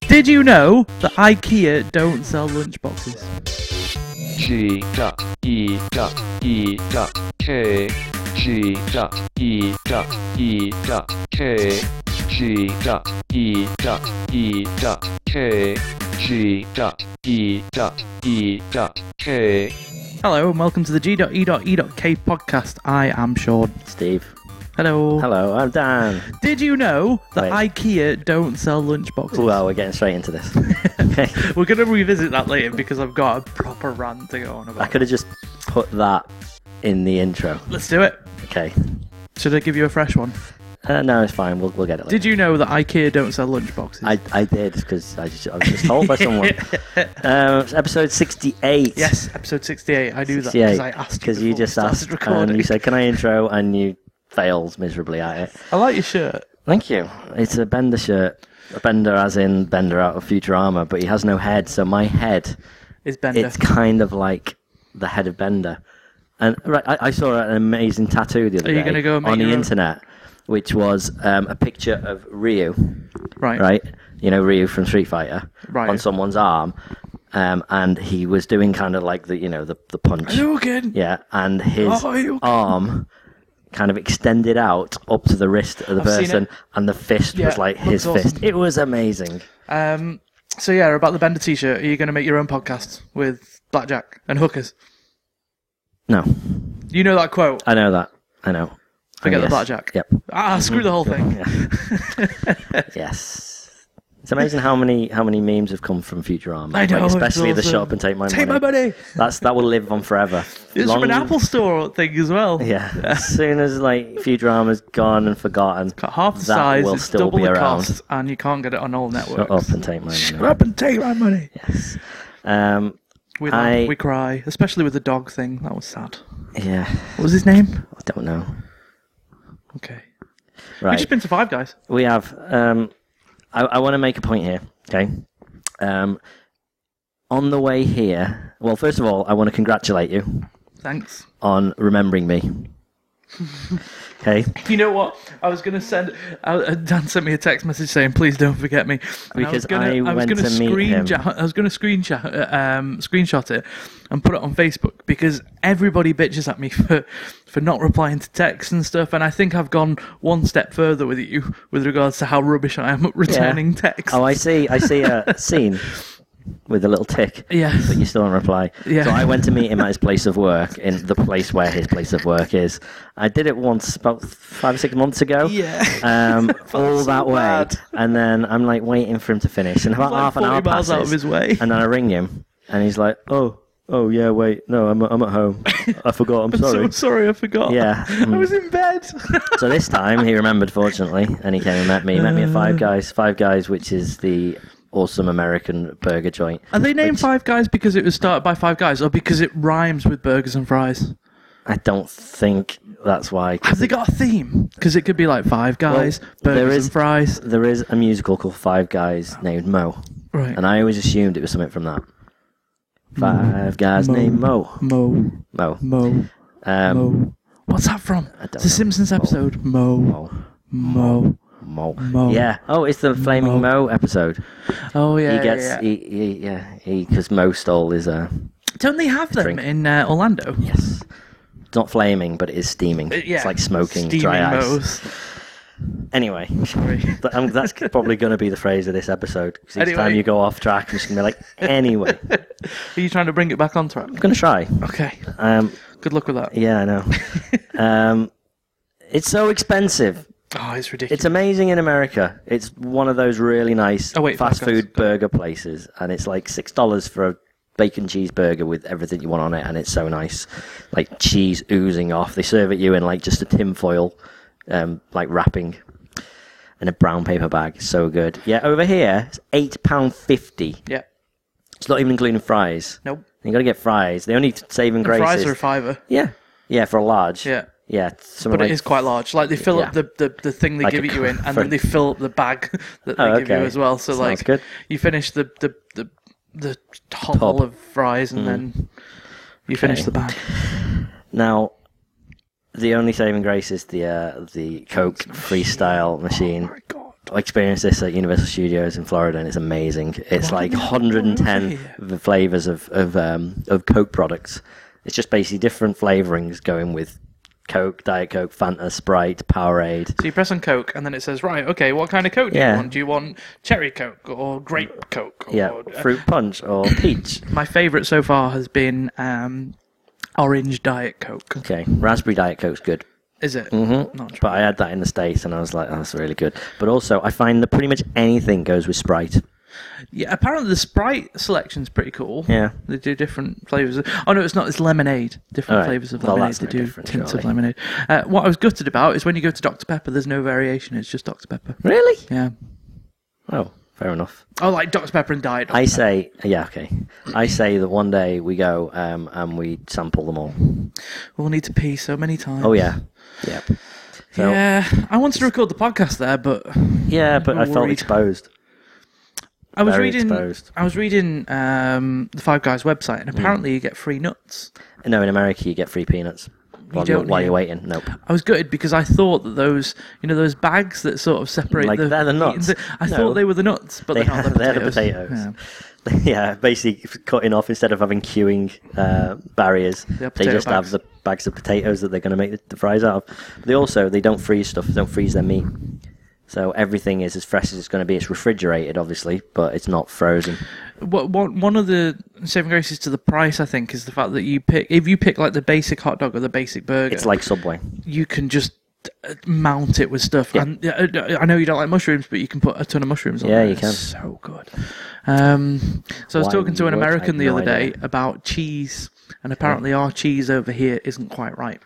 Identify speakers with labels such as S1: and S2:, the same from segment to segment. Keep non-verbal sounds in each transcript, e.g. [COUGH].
S1: Did you know that IKEA don't sell lunchboxes?
S2: G dot E dot E dot K G dot E dot E dot K G dot E dot E dot K G dot E dot E dot K
S1: Hello and welcome to the E G.E.E.K podcast. I am Sean.
S3: Steve.
S1: Hello.
S3: Hello, I'm Dan.
S1: Did you know that
S3: Wait.
S1: IKEA don't sell lunchboxes?
S3: Well, we're getting straight into this. [LAUGHS] okay.
S1: We're going to revisit that later because I've got a proper rant to go on
S3: I
S1: about.
S3: could have just put that in the intro.
S1: Let's do it.
S3: Okay.
S1: Should I give you a fresh one?
S3: Uh, no, it's fine. We'll, we'll get it later.
S1: Did you know that IKEA don't sell lunchboxes?
S3: I, I did because I, just- I was just told
S1: [LAUGHS]
S3: by someone. Um, it's episode 68.
S1: Yes, episode 68. I knew that because I asked
S3: Because you
S1: before we
S3: just
S1: started
S3: asked.
S1: recording.
S3: And you said, Can I intro? And you failed miserably at it.
S1: I like your shirt.
S3: Thank you. It's a Bender shirt. A Bender, as in Bender out of Futurama, but he has no head, so my head
S1: It's Bender.
S3: it's kind of like the head of Bender. And right, I, I saw an amazing tattoo the other
S1: Are you
S3: day
S1: gonna go and make
S3: on the
S1: your own?
S3: internet, which was um, a picture of Ryu,
S1: right.
S3: right? You know Ryu from Street Fighter
S1: Right.
S3: on someone's arm, um, and he was doing kind of like the you know the the punch,
S1: Logan.
S3: yeah, and his
S1: Oh, Are you-
S3: arm. Kind of extended out up to the wrist of the
S1: I've seen
S3: person,
S1: it.
S3: and the fist
S1: Yeah,
S3: was like his
S1: looks
S3: fist.
S1: awesome.
S3: It was amazing.
S1: Um, so yeah, about the Bender T-shirt, are you going to make your own podcast with blackjack and hookers?
S3: No,
S1: You know that quote.
S3: I know that. I know.
S1: Forget the
S3: Yes.
S1: blackjack.
S3: Yep.
S1: Ah, screw the whole thing.
S3: Yes. It's amazing how many how many memes have come from Futurama,
S1: I know,
S3: Like,
S1: it's
S3: especially the
S1: awesome.
S3: shop and take my
S1: Take my
S3: money.
S1: money.
S3: That's that will live on forever.
S1: [LAUGHS] It's
S3: Long-
S1: from an Apple Store thing as well.
S3: Yeah, as soon as like Futurama's gone and forgotten,
S1: Got half the
S3: that
S1: size.
S3: will
S1: It's
S3: still
S1: double
S3: be
S1: the
S3: around.
S1: cost, and you can't get it on all networks.
S3: Shut up and take my
S1: Shut
S3: money.
S1: up and take my money.
S3: Um,
S1: We laugh,
S3: I-
S1: we cry, especially with the dog thing. That was sad.
S3: yeah,
S1: What was his name?
S3: I don't know.
S1: Okay. We've
S3: Right,
S1: just been to Five Guys.
S3: we have. Um, I, I want to make a point here. Okay. Um, on the way here, well, first of all, I want to congratulate you
S1: Thanks.
S3: on remembering me.
S1: [LAUGHS]
S3: okay.
S1: You know what? I was gonna send. Uh, Dan sent me a text message saying, "Please don't forget me." And
S3: Because I went
S1: gonna
S3: to meet him.
S1: ja- I was gonna screenshot, uh, um, screenshot it and put it on Facebook because everybody bitches at me for for not replying to texts and stuff. And I think I've gone one step further with you with regards to how rubbish I am at returning texts.
S3: Oh, I see. I
S1: [LAUGHS]
S3: see a scene with a little tick.
S1: Yeah.
S3: But you still don't reply.
S1: Yeah.
S3: So I went to meet him at his place of work, in the place where his place of work is. I did it once about five or six months ago.
S1: Yeah.
S3: Um, all
S1: so
S3: that way.
S1: bad.
S3: And then I'm like waiting for him to finish. And
S1: [LAUGHS]
S3: about
S1: Like
S3: half an hour
S1: 40 miles
S3: passes.
S1: out of his way. [LAUGHS]
S3: And then I ring him. And he's like, oh, oh, yeah, wait. No, I'm, I'm at
S1: [LAUGHS]
S3: home. I forgot. I'm
S1: so
S3: sorry.
S1: sorry, I forgot.
S3: Yeah.
S1: [LAUGHS]
S3: Hmm.
S1: I was in bed. [LAUGHS]
S3: So this time he remembered, fortunately, and he came and met me. He met me at
S1: Uh.
S3: Five Guys. Five Guys, which is the awesome American burger joint.
S1: Are they named Five Guys because it was started by Five Guys, or because it rhymes with burgers and fries?
S3: I don't think that's why. 'cause
S1: Have they got a theme? Because it could be like Five Guys,
S3: there
S1: burgers
S3: is-
S1: and fries.
S3: There is a musical called Five Guys named Mo,
S1: Right.
S3: and I always assumed it was something from that. Five Guys named Mo.
S1: Mo,
S3: Mo.
S1: Mo,
S3: Um,
S1: Mo. What's that from? It's a
S3: know.
S1: Simpsons episode. Mo, Mo,
S3: Mo. Mo.
S1: Mo.
S3: Yeah. Oh, it's the Flaming Mo, episode.
S1: Oh yeah,
S3: He gets.
S1: yeah. yeah.
S3: He, he, yeah. He because Mo stole his. Uh,
S1: Don't they have them
S3: drink.
S1: in uh, Orlando? Yeah.
S3: yes. It's not flaming, but it is steaming. It's like smoking
S1: Uh, Steaming
S3: dry ice.
S1: Mo's.
S3: Anyway,
S1: Sorry. [LAUGHS]
S3: th- um, that's probably going to be the phrase of this episode. 'cause each
S1: Anyway.
S3: time you go off track, I'm just going to be like, anyway, I'm
S1: Are you trying to bring it back on track?
S3: going to try.
S1: Okay.
S3: Um,
S1: Good luck with that.
S3: yeah,
S1: [LAUGHS]
S3: I know. Um, it's so expensive.
S1: Oh, it's ridiculous.
S3: It's amazing in America. It's one of those really nice
S1: Oh, wait,
S3: fast
S1: Five Guys.
S3: food burger places, and it's like six dollars for a bacon cheeseburger with everything you want on it, and it's so nice, like cheese oozing off. They serve it you in like just a tinfoil, um, like wrapping, in a brown paper bag. So good. Yeah, over here it's eight pound fifty.
S1: yeah.
S3: It's not even including fries.
S1: Nope.
S3: You got to get fries. The only saving grace
S1: Fries
S3: is
S1: are a fiver,
S3: yeah, yeah, for a large.
S1: Yeah.
S3: yeah, something
S1: but
S3: like
S1: it is quite large. Like they fill up
S3: Yeah.
S1: the, the, the thing they
S3: Like
S1: give
S3: a
S1: it you in, and
S3: conference.
S1: then they fill up the bag [LAUGHS] that they
S3: Oh,
S1: give you
S3: okay.
S1: as well. So
S3: Sounds
S1: like
S3: good.
S1: you finish the the the, the hovel
S3: Top. Hmm.
S1: of fries, and then you finish
S3: Okay.
S1: the bag.
S3: Now, the only saving grace is the uh, the Coke freestyle machine,
S1: Oh God.
S3: experienced this at Universal Studios in Florida, and it's amazing. It's like 110 v- flavors of of um, of Coke products. It's just basically different flavorings going with Coke, Diet Coke, Fanta, Sprite, Powerade.
S1: So you press on Coke, and then it says, right, okay, what kind of Coke do
S3: Yeah.
S1: you want? Do you want cherry Coke or grape Coke? Or, uh,
S3: Yeah, fruit punch or peach.
S1: My favourite so far has been um, orange Diet Coke.
S3: Okay, raspberry Diet Coke's good.
S1: Is it? Mm-hmm. Not
S3: But I had that in the States and I was like, oh, that's really good. But also, I find that pretty much anything goes with Sprite.
S1: Yeah, apparently the Sprite selection's pretty cool.
S3: Yeah.
S1: They do different flavours. Oh, no, it's not. It's lemonade. Different
S3: Alright,
S1: flavours of
S3: well,
S1: lemonade.
S3: that's
S1: They
S3: no
S1: do
S3: different,
S1: tints of
S3: surely.
S1: lemonade. Uh, what I was gutted about is when you go to Dr. Pepper, there's no variation. It's just Dr. Pepper.
S3: Really?
S1: Yeah.
S3: Oh, fair enough.
S1: Oh, like Dr. Pepper and Diet. Dr.
S3: I say, yeah, okay. I say that one day we go um, and we sample them all.
S1: We'll need to pee so many times.
S3: Oh, yeah. Yep. So, yeah,
S1: Yeah. I wanted to record the podcast there, but
S3: but
S1: I'm
S3: I felt
S1: worried.
S3: exposed.
S1: I was
S3: Very
S1: reading.
S3: exposed. Hmm.
S1: I was reading um, the Five Guys website, and apparently you get free nuts.
S3: No, in America, you get free peanuts while, you
S1: don't,
S3: while
S1: yeah.
S3: you're waiting. Nope.
S1: I was gutted because I thought that those, you know, those bags that sort of separate
S3: Like,
S1: the,
S3: they're the nuts.
S1: I
S3: No.
S1: thought they were the nuts, but
S3: They
S1: they're not.
S3: have, [LAUGHS] they're the potatoes.
S1: Yeah.
S3: Yeah. basically cutting off instead of having queuing uh, barriers,
S1: They have
S3: they
S1: potato
S3: just have
S1: bags.
S3: the bags of potatoes that they're going to make the, the fries out of. They also they don't freeze stuff, they don't freeze their meat, so everything is as fresh as it's going to be. It's refrigerated, obviously, but it's not frozen.
S1: What, what, one of the saving graces to the price, I think, is the fact that you pick if you pick like the basic hot dog or the basic burger,
S3: It's like Subway.
S1: you can just uh, mount it with stuff.
S3: Yeah.
S1: And uh, I know you don't like mushrooms, but you can put a ton of mushrooms on.
S3: Yeah,
S1: there.
S3: you
S1: It's
S3: can.
S1: So good. Um, so I was
S3: Why
S1: talking to
S3: you
S1: an
S3: would, I
S1: American
S3: have
S1: the
S3: no
S1: other day
S3: idea.
S1: about cheese, and apparently our cheese over here isn't quite right.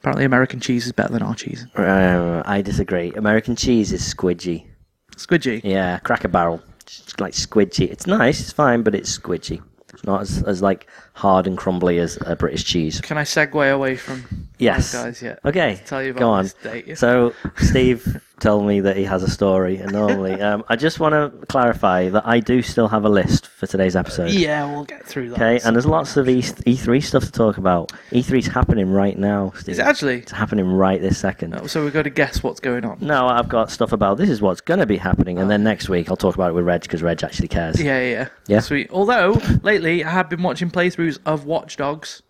S1: Apparently, American cheese is better than our cheese.
S3: Uh, I disagree. American cheese is squidgy.
S1: Squidgy.
S3: Yeah, Cracker Barrel, it's like squidgy. It's nice, it's fine, but it's squidgy. It's not as, as like hard and crumbly as a British cheese.
S1: Can I segue away from
S3: Yes.
S1: those guys yet?
S3: Okay.
S1: Tell you about
S3: Go on.
S1: this date.
S3: So Steve told me that he has a story, and normally
S1: [LAUGHS]
S3: um, I just want to clarify that I do still have a list for today's episode.
S1: Yeah, we'll get through that.
S3: Okay, and there's lots of E- E3 stuff to talk about. E3's happening right now, Steve.
S1: is it actually?
S3: It's happening right this second.
S1: Oh, So we've got to guess what's going on.
S3: No, I've got stuff about this is what's going to be happening, and then next week I'll talk about it with Reg because Reg actually cares.
S1: Oh. Yeah, yeah,
S3: Yeah.
S1: Sweet. Although lately I have been watching playthroughs of Watch Dogs.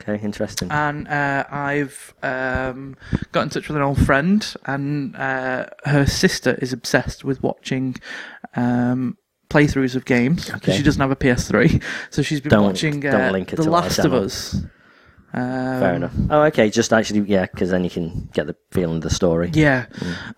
S3: Okay, interesting.
S1: and uh, I've um, got in touch with an old friend, and uh, her sister is obsessed with watching um, playthroughs of games 'cause
S3: Okay.
S1: she doesn't have a PS3, so she's been
S3: Don't-
S1: watching uh,
S3: don't link it
S1: The
S3: to my
S1: Last of
S3: channel.
S1: Us. Um,
S3: Fair enough. Oh, okay. Just actually, yeah, because then you can get the feeling of the story.
S1: Yeah,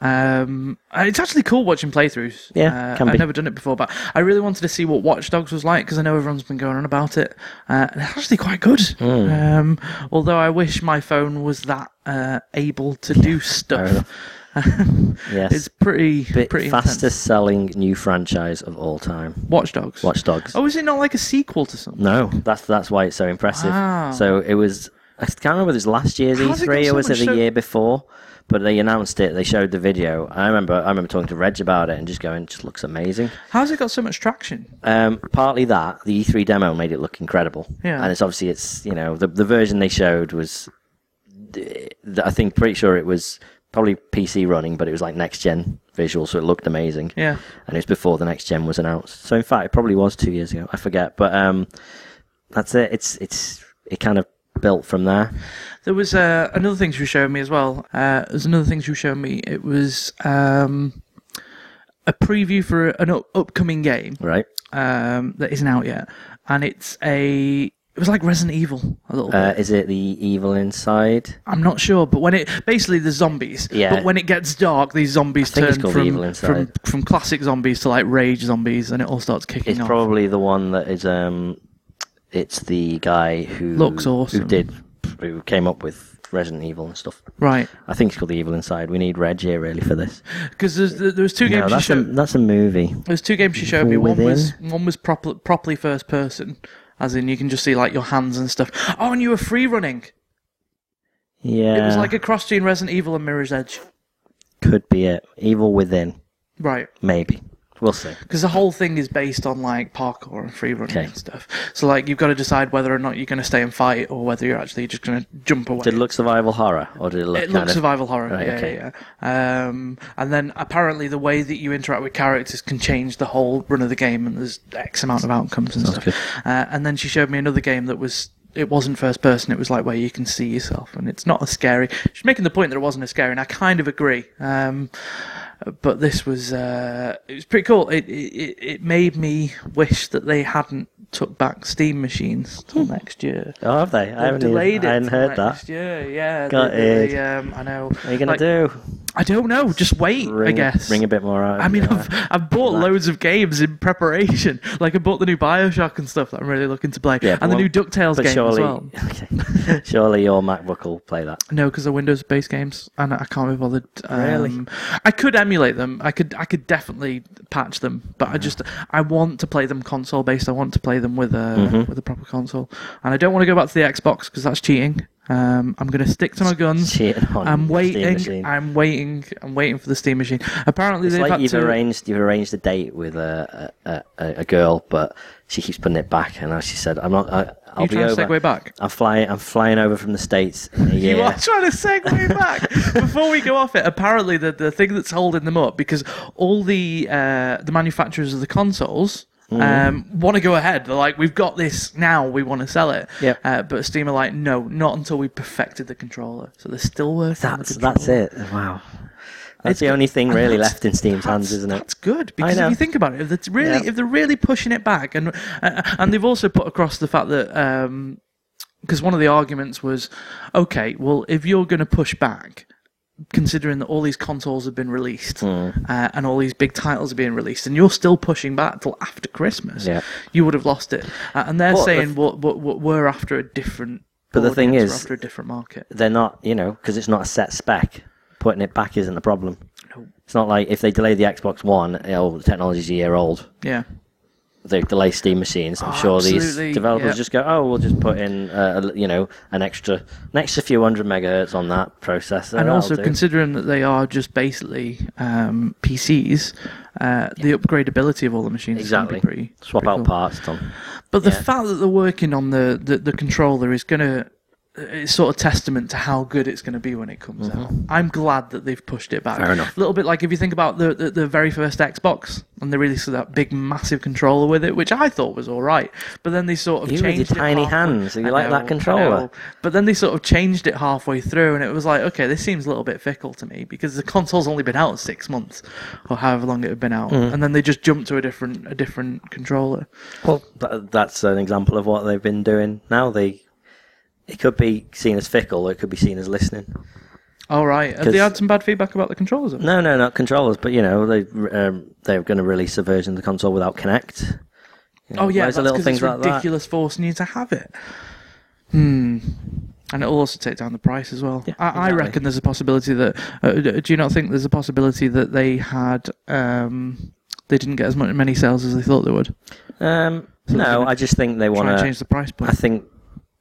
S1: um, uh, it's actually cool watching playthroughs.
S3: Yeah,
S1: Uh,
S3: can
S1: I've
S3: be.
S1: never done it before, but I really wanted to see what Watch Dogs was like because I know everyone's been going on about it. Uh, and it's actually quite good.
S3: Hmm.
S1: Um, although I wish my phone was that uh, able to do stuff. [LAUGHS]
S3: Yes.
S1: It's pretty
S3: Bit
S1: pretty
S3: fastest
S1: intense.
S3: selling new franchise of all time.
S1: Watch Dogs.
S3: Watch Dogs.
S1: Oh, is it not like a sequel to something?
S3: No, that's that's why it's so impressive.
S1: Wow.
S3: So it was. I can't remember if it was last year's
S1: How's it got
S3: E3
S1: so
S3: or was it
S1: much
S3: the
S1: so-
S3: year before, but they announced it. They showed the video. I remember. I remember talking to Reg about it and just going, "Just looks amazing."
S1: How's it got so much traction?
S3: Um, partly that the E3 demo made it look incredible.
S1: Yeah.
S3: And it's obviously it's you know the the version they showed was, th- th- I think pretty sure it was probably PC running, but it was like next gen visual, so it looked amazing
S1: Yeah.
S3: and it was before the next gen was announced. So in fact, it probably was two years ago. I forget, but um, that's it. It's it's it kind of built from there.
S1: There was uh, another thing she was showing me as well. Uh, there was another thing she was showing me. It was um, a preview for an up- upcoming game
S3: Right.
S1: um, that isn't out yet, and it's a. It was like Resident Evil a little bit.
S3: Uh, is it the evil inside?
S1: I'm not sure, but when it basically the zombies.
S3: Yeah.
S1: But when it gets dark, these zombies
S3: think it's
S1: turn
S3: called Evil
S1: from,
S3: Inside.
S1: from from classic zombies to like rage zombies, and it all starts kicking
S3: It's
S1: off.
S3: probably the one that is um, it's the guy who
S1: Looks awesome.
S3: Who did who came up with Resident Evil and stuff.
S1: right.
S3: I think it's called the evil inside. We need Reg here really for this.
S1: Because there was two
S3: No,
S1: games. she
S3: that's a
S1: showed,
S3: that's a movie.
S1: There's two games she showed me. One
S3: Within.
S1: was one was proper, properly first person, as in you can just see like your hands and stuff. Oh, and you were free running.
S3: Yeah,
S1: It was like a cross between Resident Evil and Mirror's Edge.
S3: could be it. Evil within,
S1: Right.
S3: maybe. We'll see.
S1: because the whole thing is based on like parkour and free running
S3: Okay.
S1: and stuff. So like you've got to decide whether or not you're going to stay and fight or whether you're actually just going to jump away.
S3: Did it look survival horror, or did it look
S1: It
S3: kind
S1: looks
S3: of
S1: survival horror.
S3: Right,
S1: yeah,
S3: okay.
S1: yeah, yeah. Um, and then apparently the way that you interact with characters can change the whole run of the game, and there's X amount of outcomes and
S3: good.
S1: stuff. Uh, and then she showed me another game that was. It wasn't first person. It was like where you can see yourself, and it's not as scary. She's making the point that it wasn't as scary, and I kind of agree. Um, but this was uh, it was pretty cool. It, it it made me wish that they hadn't took back Steam machines till next year.
S3: Oh, have they? I
S1: They've
S3: haven't even-
S1: delayed
S3: I
S1: it.
S3: hadn't
S1: till
S3: heard that.
S1: next year, yeah.
S3: Got
S1: they, they-
S3: it.
S1: they, um, I know.
S3: What are you gonna
S1: Like,
S3: do?
S1: I don't know. Just wait. I
S3: Ring,
S1: guess.
S3: ring a bit more out.
S1: I mean,
S3: yeah.
S1: I've, I've bought loads of games in preparation. [LAUGHS] Like I bought the new Bioshock and stuff that I'm really looking to play,
S3: Yeah, but
S1: and the
S3: won't-
S1: new Ducktales
S3: but
S1: game
S3: surely,
S1: as well.
S3: [LAUGHS] okay. surely your MacBook will play that.
S1: No, because the Windows based games, and I can't be bothered. Um,
S3: Really?
S1: I could emulate them. I could, I could definitely patch them, but I just, I want to play them console based. I want to play them with a
S3: Mm-hmm.
S1: with a proper console, and I don't want to go back to the Xbox because that's cheating. Um, I'm gonna stick to my guns.
S3: Cheating on
S1: I'm
S3: the Steam
S1: waiting.
S3: machine.
S1: I'm waiting. I'm waiting for the Steam machine. Apparently,
S3: it's
S1: they've
S3: like
S1: had
S3: you've
S1: to.
S3: arranged you've arranged a date with a, a, a, a girl, but she keeps putting it back, and now she said, "I'm not. I, I'll
S1: you
S3: be
S1: trying
S3: over.
S1: to segue back?
S3: I'm flying. I'm flying over from the states in a year."
S1: [LAUGHS] You are trying to segue
S3: [LAUGHS]
S1: back. Before we go off it, apparently the, the thing that's holding them up because all the uh, the manufacturers of the consoles
S3: Mm.
S1: um, want to go ahead. They're like, we've got this now. We want to sell it.
S3: Yep.
S1: Uh, but Steam are like, no, not until we perfected the controller. So they're still working. on the
S3: that's that's
S1: controller.
S3: it. Wow. That's the
S1: good.
S3: only thing
S1: And
S3: really
S1: that's-
S3: left in Steam's hands,
S1: that's-
S3: isn't it?
S1: That's good because
S3: know.
S1: if you think about it, if they're really
S3: Yeah.
S1: if they're really pushing it back, and uh, and they've also put across the fact that because one of the arguments was, okay, well if you're going to push back. Considering that all these consoles have been released
S3: Hmm.
S1: uh, and all these big titles are being released, and you're still pushing back till after Christmas,
S3: Yeah.
S1: you would have lost it. Uh, and they're
S3: But the-
S1: saying, what, what, what, we're after a different.
S3: But the thing
S1: audience,
S3: is-
S1: we're after a different market.
S3: They're not, you know, because it's not a set spec. Putting it back isn't a problem.
S1: No.
S3: It's not like if they delay the Xbox One, oh, the technology's a year old.
S1: Yeah,
S3: They delay Steam machines. I'm
S1: Oh,
S3: sure
S1: absolutely,
S3: these developers
S1: yeah.
S3: just go, oh, we'll just put in, uh, a- you know, an extra, an extra few hundred megahertz on that processor.
S1: and
S3: That'll
S1: also
S3: do.
S1: considering that they are just basically um, PCs, uh, the upgradability of all the machines
S3: exactly
S1: is going to be pretty
S3: swap
S1: pretty
S3: out
S1: cool.
S3: parts, Tom.
S1: But the
S3: yeah.
S1: fact that they're working on the the, the controller is going to it's sort of testament to how good it's going to be when it comes out. I'm glad that they've pushed it back.
S3: Mm-hmm. Fair enough.
S1: A little bit like if you think about the, the, the very first Xbox and they released that big massive controller with it, which I thought was all right. But then they sort of
S3: You with your
S1: changed it
S3: tiny
S1: halfway-
S3: hands, you
S1: I
S3: like that
S1: know, I
S3: controller.
S1: know. But then they sort of changed it halfway through, and it was like, okay, this seems a little bit fickle to me because the console's only been out six months or however long it had been out,
S3: Mm.
S1: and then they just jumped to a different a different controller.
S3: Well, th- that's an example of what they've been doing. Now they, it could be seen as fickle, or it could be seen as listening.
S1: All right. Have
S3: 'Cause-
S1: they had some bad feedback about the controllers? then?
S3: No, no, not controllers, but you know they um, they're going to release a version of the console without Connect.
S1: Oh yeah, that's
S3: loads of little
S1: 'cause
S3: things
S1: it's
S3: like that.
S1: ridiculous forcing you to have it. Hmm. And it'll also take down the price as well.
S3: Yeah,
S1: I, I
S3: exactly.
S1: reckon there's a possibility that. Uh, d- do you not think there's a possibility that they had um, they didn't get as much, many sales as they thought they would?
S3: Um, no,
S1: gonna
S3: I just think they want
S1: Try and change the price
S3: I
S1: point.
S3: think,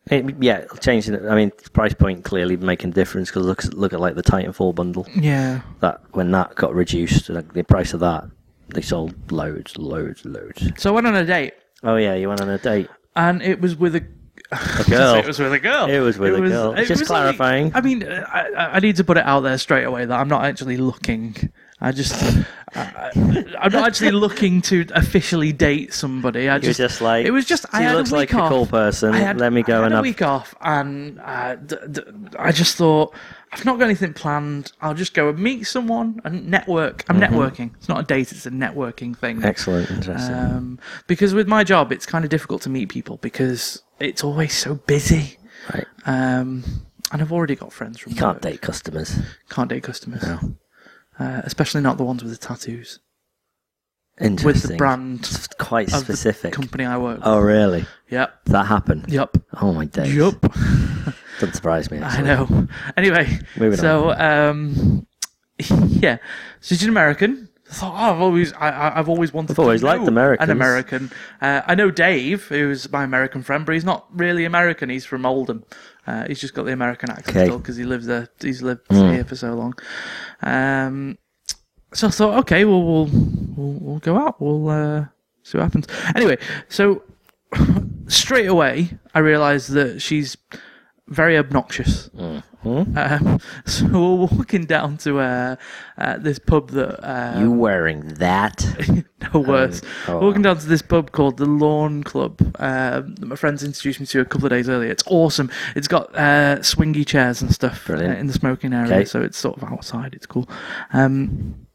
S3: it, yeah, changing. it- I mean, price point clearly making a difference because look look at like the Titanfall bundle
S1: yeah.
S3: that when that got reduced, like the price of that, they sold loads, loads, loads.
S1: So I went on a date,
S3: Oh yeah, you went on a [LAUGHS] date.
S1: and it was with a.
S3: A girl.
S1: [LAUGHS] it was with a girl.
S3: It was with a girl.
S1: it was
S3: Just
S1: like-
S3: clarifying.
S1: I mean, uh, I, I- I need to put it out there straight away that I'm not actually looking. I just, uh, I, I'm not actually looking to officially date somebody. I
S3: You're
S1: just,
S3: just like
S1: it was just. I
S3: she
S1: had
S3: looks
S1: a
S3: like
S1: week
S3: a
S1: off.
S3: cool person.
S1: I had,
S3: Let me go
S1: I had
S3: and
S1: a
S3: have
S1: week off, and uh, d- d- I just thought I've not got anything planned. I'll just go and meet someone and network. I'm networking. It's not a date. It's a networking thing.
S3: Mm-hmm. excellent, interesting.
S1: Um, because with my job, it's kind of difficult to meet people because it's always so busy.
S3: right,
S1: Um, and I've already got friends from
S3: you can't
S1: work.
S3: date customers.
S1: can't date customers, uh, especially not the ones with the tattoos.
S3: Interesting.
S1: With the brand
S3: It's quite
S1: of the
S3: specific.
S1: company I work. With.
S3: Oh really?
S1: Yep,
S3: That happened.
S1: yep,
S3: Oh my days.
S1: yep.
S3: Doesn't surprise me.
S1: I
S3: Actually.
S1: know. Anyway,
S3: Moving
S1: so um, [LAUGHS] yeah, so she's an American. I thought oh, I've always I, I- I've always wanted.
S3: I've always
S1: to
S3: liked
S1: know
S3: Americans.
S1: An American. Uh, I know Dave, who's my American friend, but he's not really American. He's from Oldham. Uh, he's just got the American accent
S3: Okay. Hmm.
S1: still because he lives there. He's lived here for so long. Um, so I thought, okay, well, we'll we'll, we'll go out. We'll uh, see what happens. Anyway, so straight away, I realised that she's very obnoxious.
S3: Mm-hmm.
S1: Um, [LAUGHS] so we're walking down to uh, uh, this pub that uh,
S3: you wearing that?
S1: [LAUGHS] no worse.
S3: [LAUGHS] oh, wow.
S1: Walking down to this pub called the Lawn Club um, that my friends introduced me to a couple of days earlier. It's awesome. It's got uh, swingy chairs and stuff uh,
S3: Brilliant.
S1: in the smoking area,
S3: Okay.
S1: so it's sort of outside. It's cool. Um,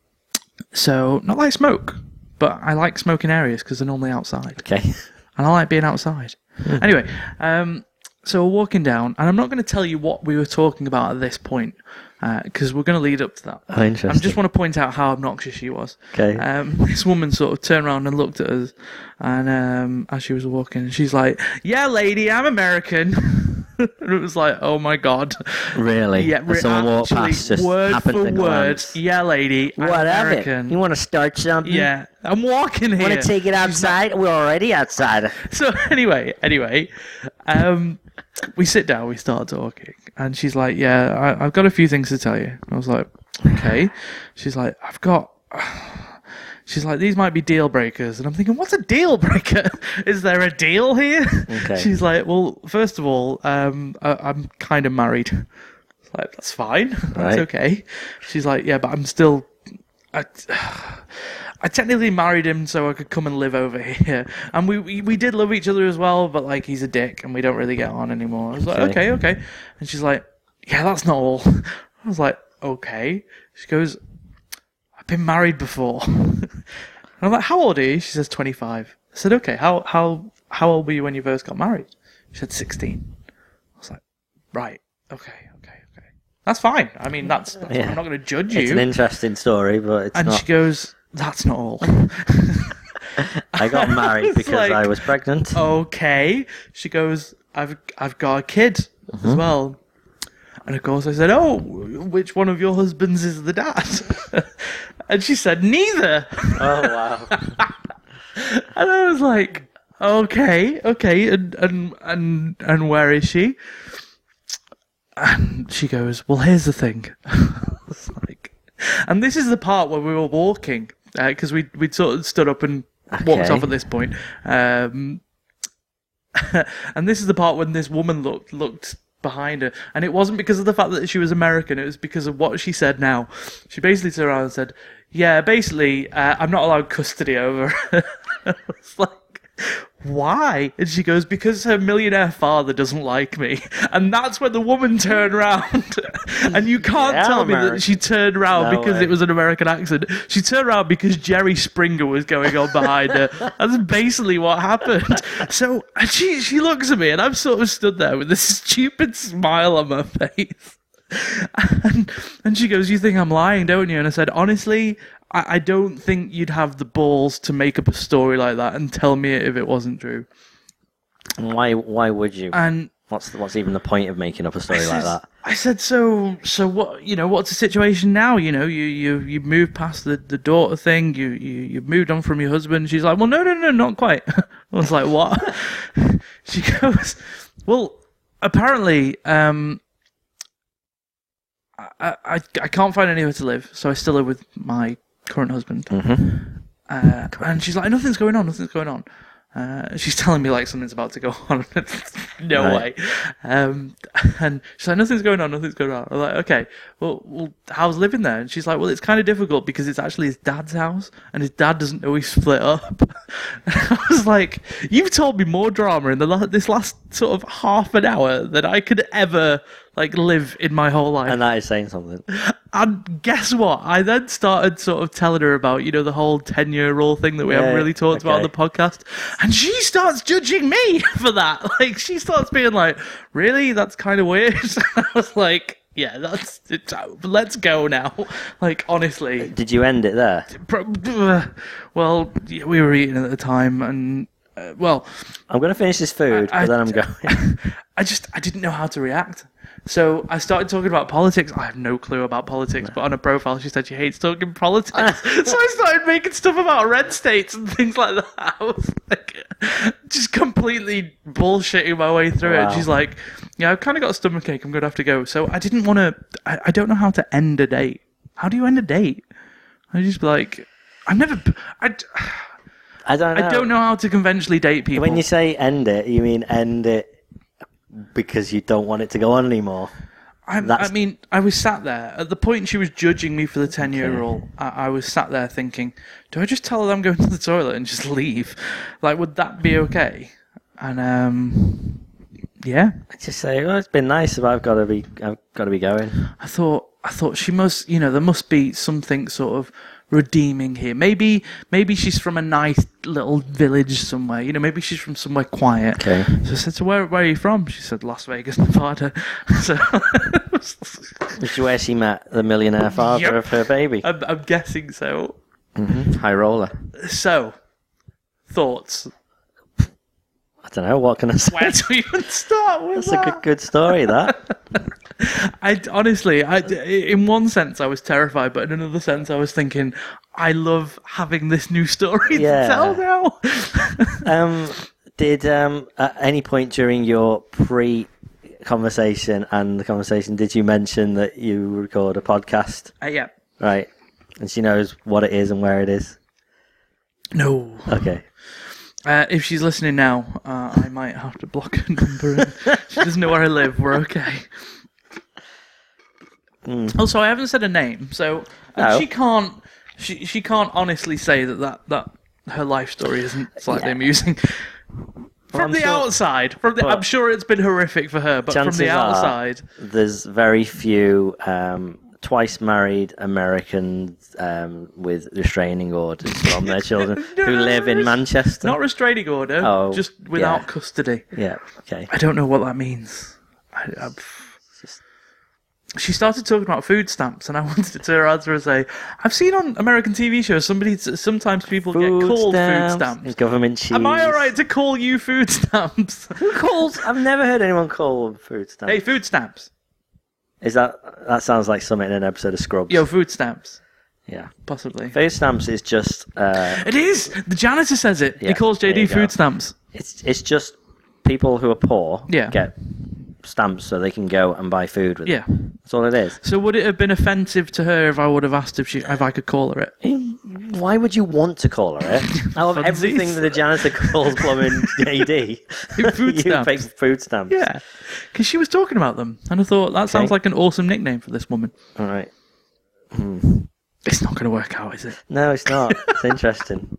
S1: so not like smoke, but I like smoking areas because they're normally outside
S3: Okay.
S1: and I like being outside.
S3: Hmm.
S1: anyway, um, so we're walking down, and I'm not going to tell you what we were talking about at this point because we're going to lead up to that.
S3: Oh, interesting.
S1: I just want to point out how obnoxious she was.
S3: Okay.
S1: Um, [LAUGHS] this woman sort of turned around and looked at us, and um, as she was walking, and she's like, "Yeah, lady, I'm American." [LAUGHS] and it was like, "Oh my god."
S3: Really?
S1: Yeah,
S3: As
S1: we're
S3: someone walked
S1: actually,
S3: past, just
S1: word
S3: happened
S1: for
S3: to
S1: word.
S3: glance.
S1: Yeah, lady, I'm
S3: What of
S1: American.
S3: it? You want to start something?
S1: yeah, I'm walking here.
S3: Want to take it outside? We're already outside.
S1: [LAUGHS] so anyway, anyway, um, we sit down, we start talking, and she's like, "Yeah, I, I've got a few things to tell you." And I was like, "Okay." She's like, "I've got." [SIGHS] She's like, "These might be deal breakers," and I'm thinking, "What's a deal breaker? [LAUGHS] Is there a deal here?"
S3: Okay.
S1: She's like, "Well, first of all, um, I, I'm kind of married." [LAUGHS] It's Like that's fine, that's
S3: Right.
S1: okay. She's like, yeah, but I'm still, I, I technically married him so I could come and live over here. And we, we we did love each other as well, but like he's a dick and we don't really get on anymore. I was like,
S3: Okay.
S1: okay, okay. And she's like, yeah, that's not all. [LAUGHS] I was like, okay. She goes, I've been married before. [LAUGHS] and I'm like, how old are you? She says, 25. I said, okay, how, how, how old were you when you first got married? She said, 16. I was like, right, okay, okay, okay. That's fine. I mean, that's, that's
S3: Yeah.
S1: I'm not going to judge you.
S3: It's an interesting story, but it's
S1: and
S3: not.
S1: she goes, that's not all. [LAUGHS]
S3: I got married
S1: It's
S3: because
S1: like- Oh.
S3: I was pregnant.
S1: okay. She goes, I've I've got a kid as well. And of course I said, Oh, which one of your husbands is the dad? [LAUGHS] and she said, Neither. [LAUGHS]
S3: Oh wow!
S1: And I was like, Okay, okay, and and and, and where is she? And she goes, Well, here's the thing. [LAUGHS] I was like, and this is the part where we were walking uh, because we we sort of stood up and walked
S3: Okay.
S1: off at this point. Um, [LAUGHS] and this is the part when this woman looked looked behind her, and it wasn't because of the fact that she was American. It was because of what she said. Now, she basically turned around and said, "Yeah, basically, uh, I'm not allowed custody over." her." [LAUGHS] I was like. Why? And she goes, Because her millionaire father doesn't like me. And that's when the woman turned round. [LAUGHS] and you can't
S3: Yeah,
S1: tell me
S3: American.
S1: that she turned round
S3: No
S1: because
S3: way.
S1: it was an American accent. She turned around because Jerry Springer was going on behind her. That's basically what happened. So and she she looks at me and I'm sort of stood there with this stupid smile on my face. And, and she goes, You think I'm lying, don't you? And I said, Honestly, I, I don't think you'd have the balls to make up a story like that and tell me it if it wasn't true.
S3: [LAUGHS] Why? Why would you?
S1: And
S3: What's the, What's even the point of making up a story like
S1: says-
S3: that?
S1: I said, so, so what? You know, what's the situation now? You know, you you you moved past the, the daughter thing. You you you moved on from your husband. She's like, well, no, no, no, not quite. [LAUGHS] I was like, what? [LAUGHS] she goes, well, apparently, um, I, I I can't find anywhere to live, so I still live with my current husband.
S3: Mm-hmm.
S1: Uh, and she's like, nothing's going on, nothing's going on. Uh, she's telling me like something's about to go [LAUGHS] on. no
S3: Right.
S1: way. Um, [LAUGHS] and she's like, nothing's going on, nothing's going on. I'm like, okay, well, well, how's living there? And she's like, well, it's kind of difficult because it's actually his dad's house, and his dad doesn't know we split up. [LAUGHS] I was like, you've told me more drama in the la- this last sort of half an hour than I could ever like live in my whole life.
S3: And that is saying something.
S1: And guess what? I then started sort of telling her about, you know, the whole 10 year rule thing that we haven't
S3: Yeah,
S1: really talked about on the
S3: okay.
S1: podcast. And she starts judging me [LAUGHS] for that. Like, she starts being like, really? That's kind of weird. [LAUGHS] I was like, yeah, that's it. Let's go now. [LAUGHS] Like, honestly.
S3: Did you end it there?
S1: Pro- [SIGHS] Well, yeah, we were eating at the time, and, uh, well,
S3: I'm gonna finish this food,
S1: I-
S3: but then I'm going. [LAUGHS]
S1: [LAUGHS] I just I didn't know how to react. So I started talking about politics. I have no clue about politics, but on her profile she said she hates talking
S3: [LAUGHS]
S1: politics. so I started making stuff about red states and things like that. [LAUGHS] I was like just completely bullshitting my way through
S3: Wow.
S1: it. She's like, Yeah, I've kinda got a stomachache, I'm gonna have to go. So I didn't wanna I, I don't know how to end a date. How do you end a date? I just be like, I've never. I, d-
S3: I don't know.
S1: I don't know how to conventionally date people.
S3: When you say end it, you mean end it because you don't want it to go on anymore.
S1: I, I
S3: That's-
S1: mean, I was sat there at the point she was judging me for the ten-year-old. I, I was sat there thinking, do I just tell her I'm going to the toilet and just leave? Like, would that be okay? And um, yeah,
S3: I just say, well, it's been nice, but I've got to be, I've got to be going.
S1: I thought, I thought she must, you know, there must be something sort of redeeming here. Maybe, maybe she's from a nice little village somewhere. You know, maybe she's from somewhere quiet.
S3: Okay.
S1: So I said, "So where, where are you from?" She said, "Las Vegas, Nevada." [LAUGHS] So
S3: This is where she met the millionaire father
S1: Yep.
S3: of her baby,
S1: I'm, I'm guessing so.
S3: high roller.
S1: So, thoughts?
S3: I don't know what can I say.
S1: Where do we even start with
S3: That's a
S1: that?
S3: good, good story. That
S1: I honestly, I in one sense I was terrified, but in another sense I was thinking, I love having this new story to
S3: Yeah.
S1: tell now. [LAUGHS]
S3: um, did um, at any point during your pre conversation and the conversation, did you mention that you record a podcast?
S1: Uh, yeah.
S3: Right, and she knows what it is and where it is.
S1: No.
S3: Okay.
S1: Uh, if she's listening now, uh, I might have to block her number. And she doesn't know where I live. We're okay. Also, I haven't said a name, so and
S3: Hmm. No.
S1: she can't. She she can't honestly say that that, that her life story isn't slightly
S3: Yeah.
S1: amusing. From
S3: I'm
S1: the
S3: sure-
S1: outside, from the, I'm sure it's been horrific for her, but from
S3: Chances
S1: the
S3: are-
S1: outside,
S3: There's very few um, twice married Americans um, with restraining orders on their children
S1: [LAUGHS] No,
S3: who
S1: no,
S3: live
S1: there
S3: in
S1: is-
S3: Manchester.
S1: not restraining order,
S3: Oh,
S1: just without
S3: yeah.
S1: custody.
S3: yeah.
S1: [LAUGHS]
S3: Okay.
S1: I don't know what that means. I, I,
S3: Just-
S1: she started talking about food stamps, and I [LAUGHS] wanted to turn around to her and say, "I've seen on American TV shows somebody sometimes people get called food stamps.
S3: and Government cheese.
S1: Am I all right to call you food [LAUGHS] stamps?
S3: Who [LAUGHS] calls? I've never heard anyone call them food stamps.
S1: hey, food stamps.
S3: Is that that sounds like something in an episode of Scrubs?
S1: Yo, food stamps.
S3: Yeah.
S1: Possibly.
S3: Food stamps is just uh,
S1: It is. The janitor says it. he
S3: Yeah,
S1: calls
S3: there you
S1: JD
S3: go.
S1: food stamps.
S3: it's it's just people who are poor
S1: Yeah.
S3: get stamps so they can go and buy food with.
S1: Yeah.
S3: them. That's all it is.
S1: So would it have been offensive to her if I would have asked if she if I could call her it?
S3: [LAUGHS] Why would you want to
S1: [LAUGHS]
S3: call her it? Out of
S1: Funsies.
S3: everything that a janitor calls
S1: [LAUGHS]
S3: plumbing JD,
S1: Food
S3: [LAUGHS] you
S1: stamps.
S3: pick food stamps.
S1: Yeah, because she was talking about them, and I thought that sounds like an awesome nickname for this woman.
S3: All right.
S1: It's not going to work out, is it?
S3: No, it's not. It's interesting.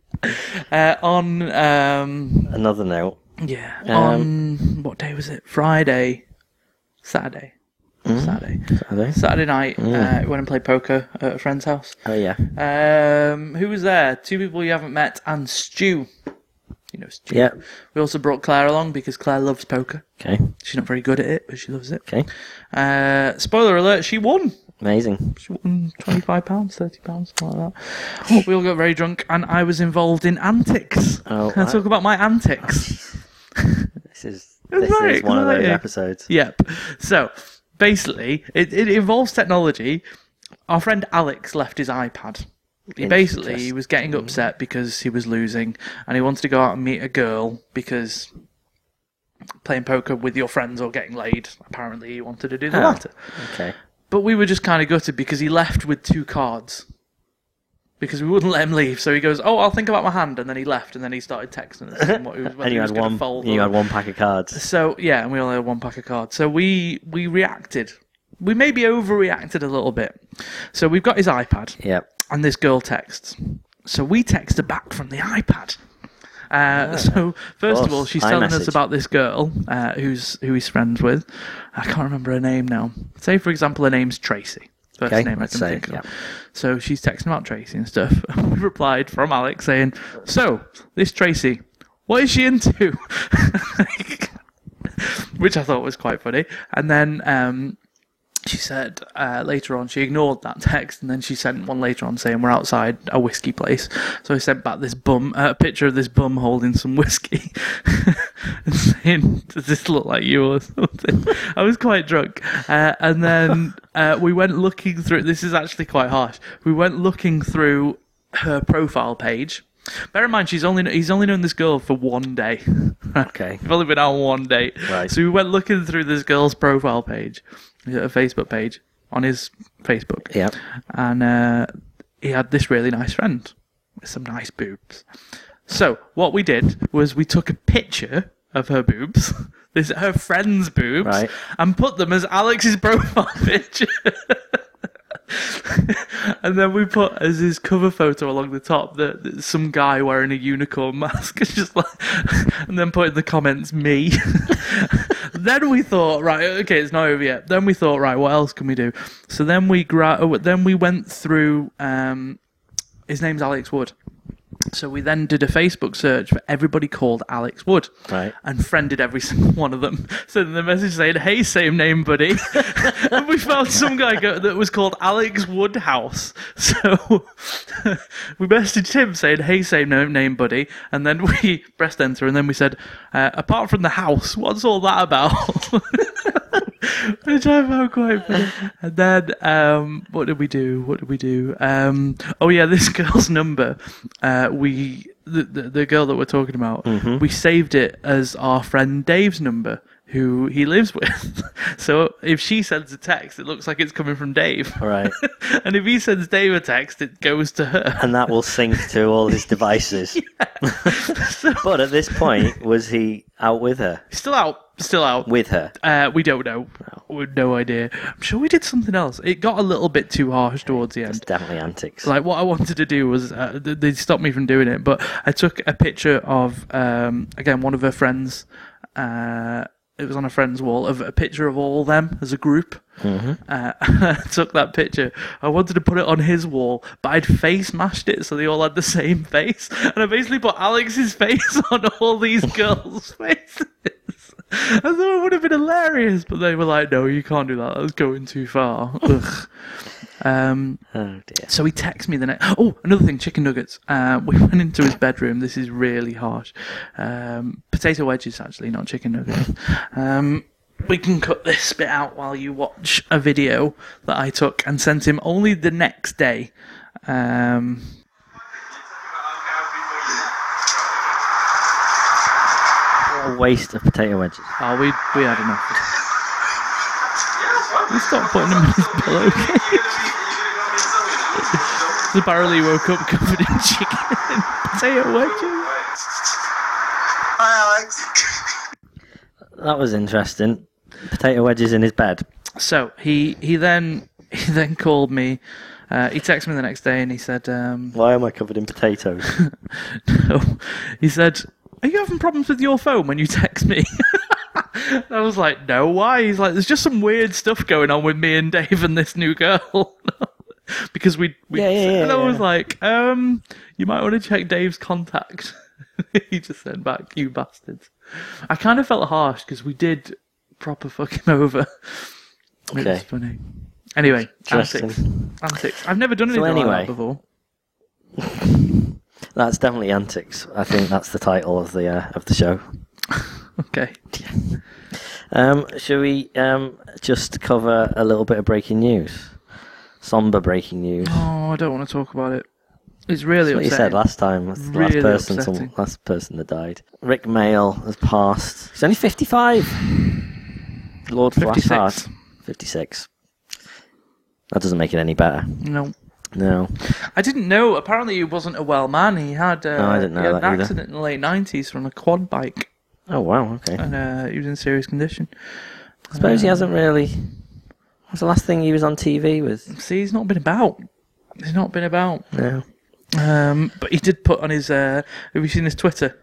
S1: Uh, on um,
S3: Another note.
S1: yeah,
S3: Um,
S1: on what day was it? Friday, Saturday, Saturday,
S3: Are they?
S1: Saturday night. Uh, went and played poker at a friend's house.
S3: Oh yeah.
S1: Um, who was there? Two people you haven't met, and Stu. You know Stu.
S3: Yeah.
S1: We also brought Claire along because Claire loves poker.
S3: Okay.
S1: She's not very good at it, but she loves it.
S3: Okay.
S1: Uh, spoiler alert: she won.
S3: Amazing.
S1: She won twenty-five pounds, thirty pounds, something like that. Oh, we all got very drunk, and I was involved in antics.
S3: Oh,
S1: Can I
S3: I-
S1: talk about my antics?
S3: [LAUGHS] This is
S1: It's
S3: this
S1: very
S3: is one of those
S1: exciting.
S3: episodes.
S1: Yep. So basically, it, it involves technology. Our friend Alex left his iPad. He basically
S3: Interesting. Hmm.
S1: was getting upset because he was losing, and he wanted to go out and meet a girl because playing poker with your friends or getting laid. Apparently, he wanted to do the
S3: Ah.
S1: latter.
S3: Okay.
S1: But we were just kind of gutted because he left with two cards. Because we wouldn't let him leave, so he goes, "Oh, I'll think about my hand," and then he left, and then he started texting us. And what he was, whether
S3: [LAUGHS] And you
S1: he was
S3: had
S1: gonna
S3: one.
S1: fold
S3: You
S1: or-
S3: had one pack of
S1: [LAUGHS]
S3: cards.
S1: so yeah, and we only had one pack of cards. So we we reacted. We maybe overreacted a little bit. So we've got his iPad,
S3: Yep.
S1: and this girl texts. So we text her back from the iPad. Uh, so first of
S3: course.
S1: all, she's telling us
S3: Ah, iMessage.
S1: about this girl uh, who's who he's friends with. I can't remember her name now. Say for example, her name's Tracy. First
S3: Okay,
S1: name I
S3: let's
S1: can
S3: say,
S1: think of.
S3: yeah.
S1: So she's texting about Tracy and stuff. [LAUGHS] we replied from Alex saying, "So this Tracy, what is she into?" [LAUGHS] Which I thought was quite funny. And then um, she said uh, later on she ignored that text and then she sent one later on saying we're outside a whiskey place so i sent back this bum uh, a picture of this bum holding some whiskey [LAUGHS] and saying does this look like you or something i was quite drunk uh, and then uh, we went looking through this is actually quite harsh we went looking through her profile page bear in mind she's only he's only known this girl for one day [LAUGHS]
S3: Okay.
S1: We've only been out on one date.
S3: Right.
S1: So we went looking through this girl's profile uh, page, her Facebook page, on his Facebook.
S3: Yep.
S1: And uh, he had this really nice friend with some nice boobs. So what we did was we took a picture of her boobs, [LAUGHS] this her friend's boobs,
S3: Right.
S1: and put them as Alex's [LAUGHS] profile picture. [LAUGHS] and then we put as his cover photo along the top that that some guy wearing a unicorn mask [LAUGHS] is just like, and then put in the comments me. [LAUGHS] then we thought, right, okay, it's not over yet. Then we thought, right, what else can we do? So then we gra- oh, then we went through. Um, his name's Alex Wood. So we then did a Facebook search for everybody called Alex Wood
S3: Right.
S1: and friended every [LAUGHS] single one of them. Sending the message saying, "Hey, same name, buddy." and we found some guy go- that was called Alex Woodhouse. [LAUGHS] So we messaged him saying, "Hey, same no- name, buddy," and then [LAUGHS] we pressed enter, and then we said, uh, "Apart from the house, what's all that about?" [LAUGHS] Which I found
S3: [LAUGHS]
S1: quite funny. And then, um, what did we do? What did we do? Um, oh yeah, this [LAUGHS] girl's number. Uh, we the, the the girl that we're talking about.
S3: Mm-hmm.
S1: We saved it as our friend Dave's number, who he lives [LAUGHS] with. so if she sends a text, it looks like it's coming from Dave.
S3: All right.
S1: [LAUGHS] and if he sends Dave a text, it goes to her.
S3: and that will sync to
S1: [LAUGHS]
S3: all his devices. but at this point, was he out with her?
S1: Still out. Still out. [LAUGHS]
S3: With her?
S1: Uh, we don't know. We've no idea. I'm sure we did something else. It got a little bit too harsh towards the end.
S3: It's definitely antics.
S1: like what I wanted to do was uh, th- they stopped me from doing it, but I took a picture of um, again one of her friends. Uh, it was on a friend's wall of a picture of all them as a group. Uh, [LAUGHS] I took that picture. I wanted to put it on his wall, but I'd face mashed it so they all had the same face, and I basically put Alex's face [LAUGHS] on all these girls' [LAUGHS] faces. I thought it would have been hilarious, but they were like, "No, you can't do that. That's going too far." Ugh. Um,
S3: oh dear.
S1: so he texts me the next. Oh, another thing, chicken nuggets. Uh, we [LAUGHS] went into his bedroom. This is really harsh. Um, potato wedges, actually, not chicken nuggets. Um, we can cut this bit out while you watch a video that I took and sent him only the next day. Um,
S3: What a waste of potato wedges.
S1: oh, we we had enough. We stopped putting him in his pillow. [LAUGHS] So apparently, he woke up covered in chicken and potato wedges.
S4: Hi, Alex.
S3: That was interesting. Potato wedges in his bed.
S1: So he he then he then called me. Uh, he texted me the next day and he said, um,
S3: Why am I covered in potatoes?
S1: he said, "Are you having problems with your phone when you text me?" [LAUGHS] And I was like, "No, why?" He's like, "There's just some weird stuff going on with me and Dave and this new girl." [LAUGHS] because we, we
S3: Yeah, yeah, yeah,
S1: and I was
S3: yeah.
S1: like, um, "You might want to check Dave's contact." [LAUGHS] he just sent back, "You bastards." I kind of felt harsh because we did proper fuck him [LAUGHS] over. It
S3: Okay.
S1: was funny. Anyway,
S3: Interesting.
S1: antics. Antics. I've never done
S3: So
S1: anything like
S3: anyway.
S1: that before.
S3: [LAUGHS]
S1: [LAUGHS]
S3: That's definitely antics. I think that's the title of the uh, of the show.
S1: Okay.
S3: Um, should we um, just cover a little bit of breaking news? Somber breaking news.
S1: Oh, I don't want to talk about it. It's really
S3: That's what you
S1: upsetting.
S3: said last time. That's the
S1: Really
S3: last person,
S1: upsetting.
S3: some, last person that died. Rick Mail has passed. He's only fifty-five. Lord
S1: 56.
S3: Flashheart, fifty-six. That doesn't make it any better.
S1: No,
S3: No,
S1: I didn't know. Apparently, he wasn't a well man. He had, uh,
S3: No, I didn't know
S1: he had
S3: that
S1: an
S3: either.
S1: accident in the late nineties from a quad bike,
S3: Oh wow. Okay.
S1: and uh, he was in serious condition. Um,
S3: I suppose he hasn't really. What's the last thing he was on TV with?
S1: See, he's not been about. He's not been about.
S3: No.
S1: Um, but he did put on his. Uh, have you seen his Twitter?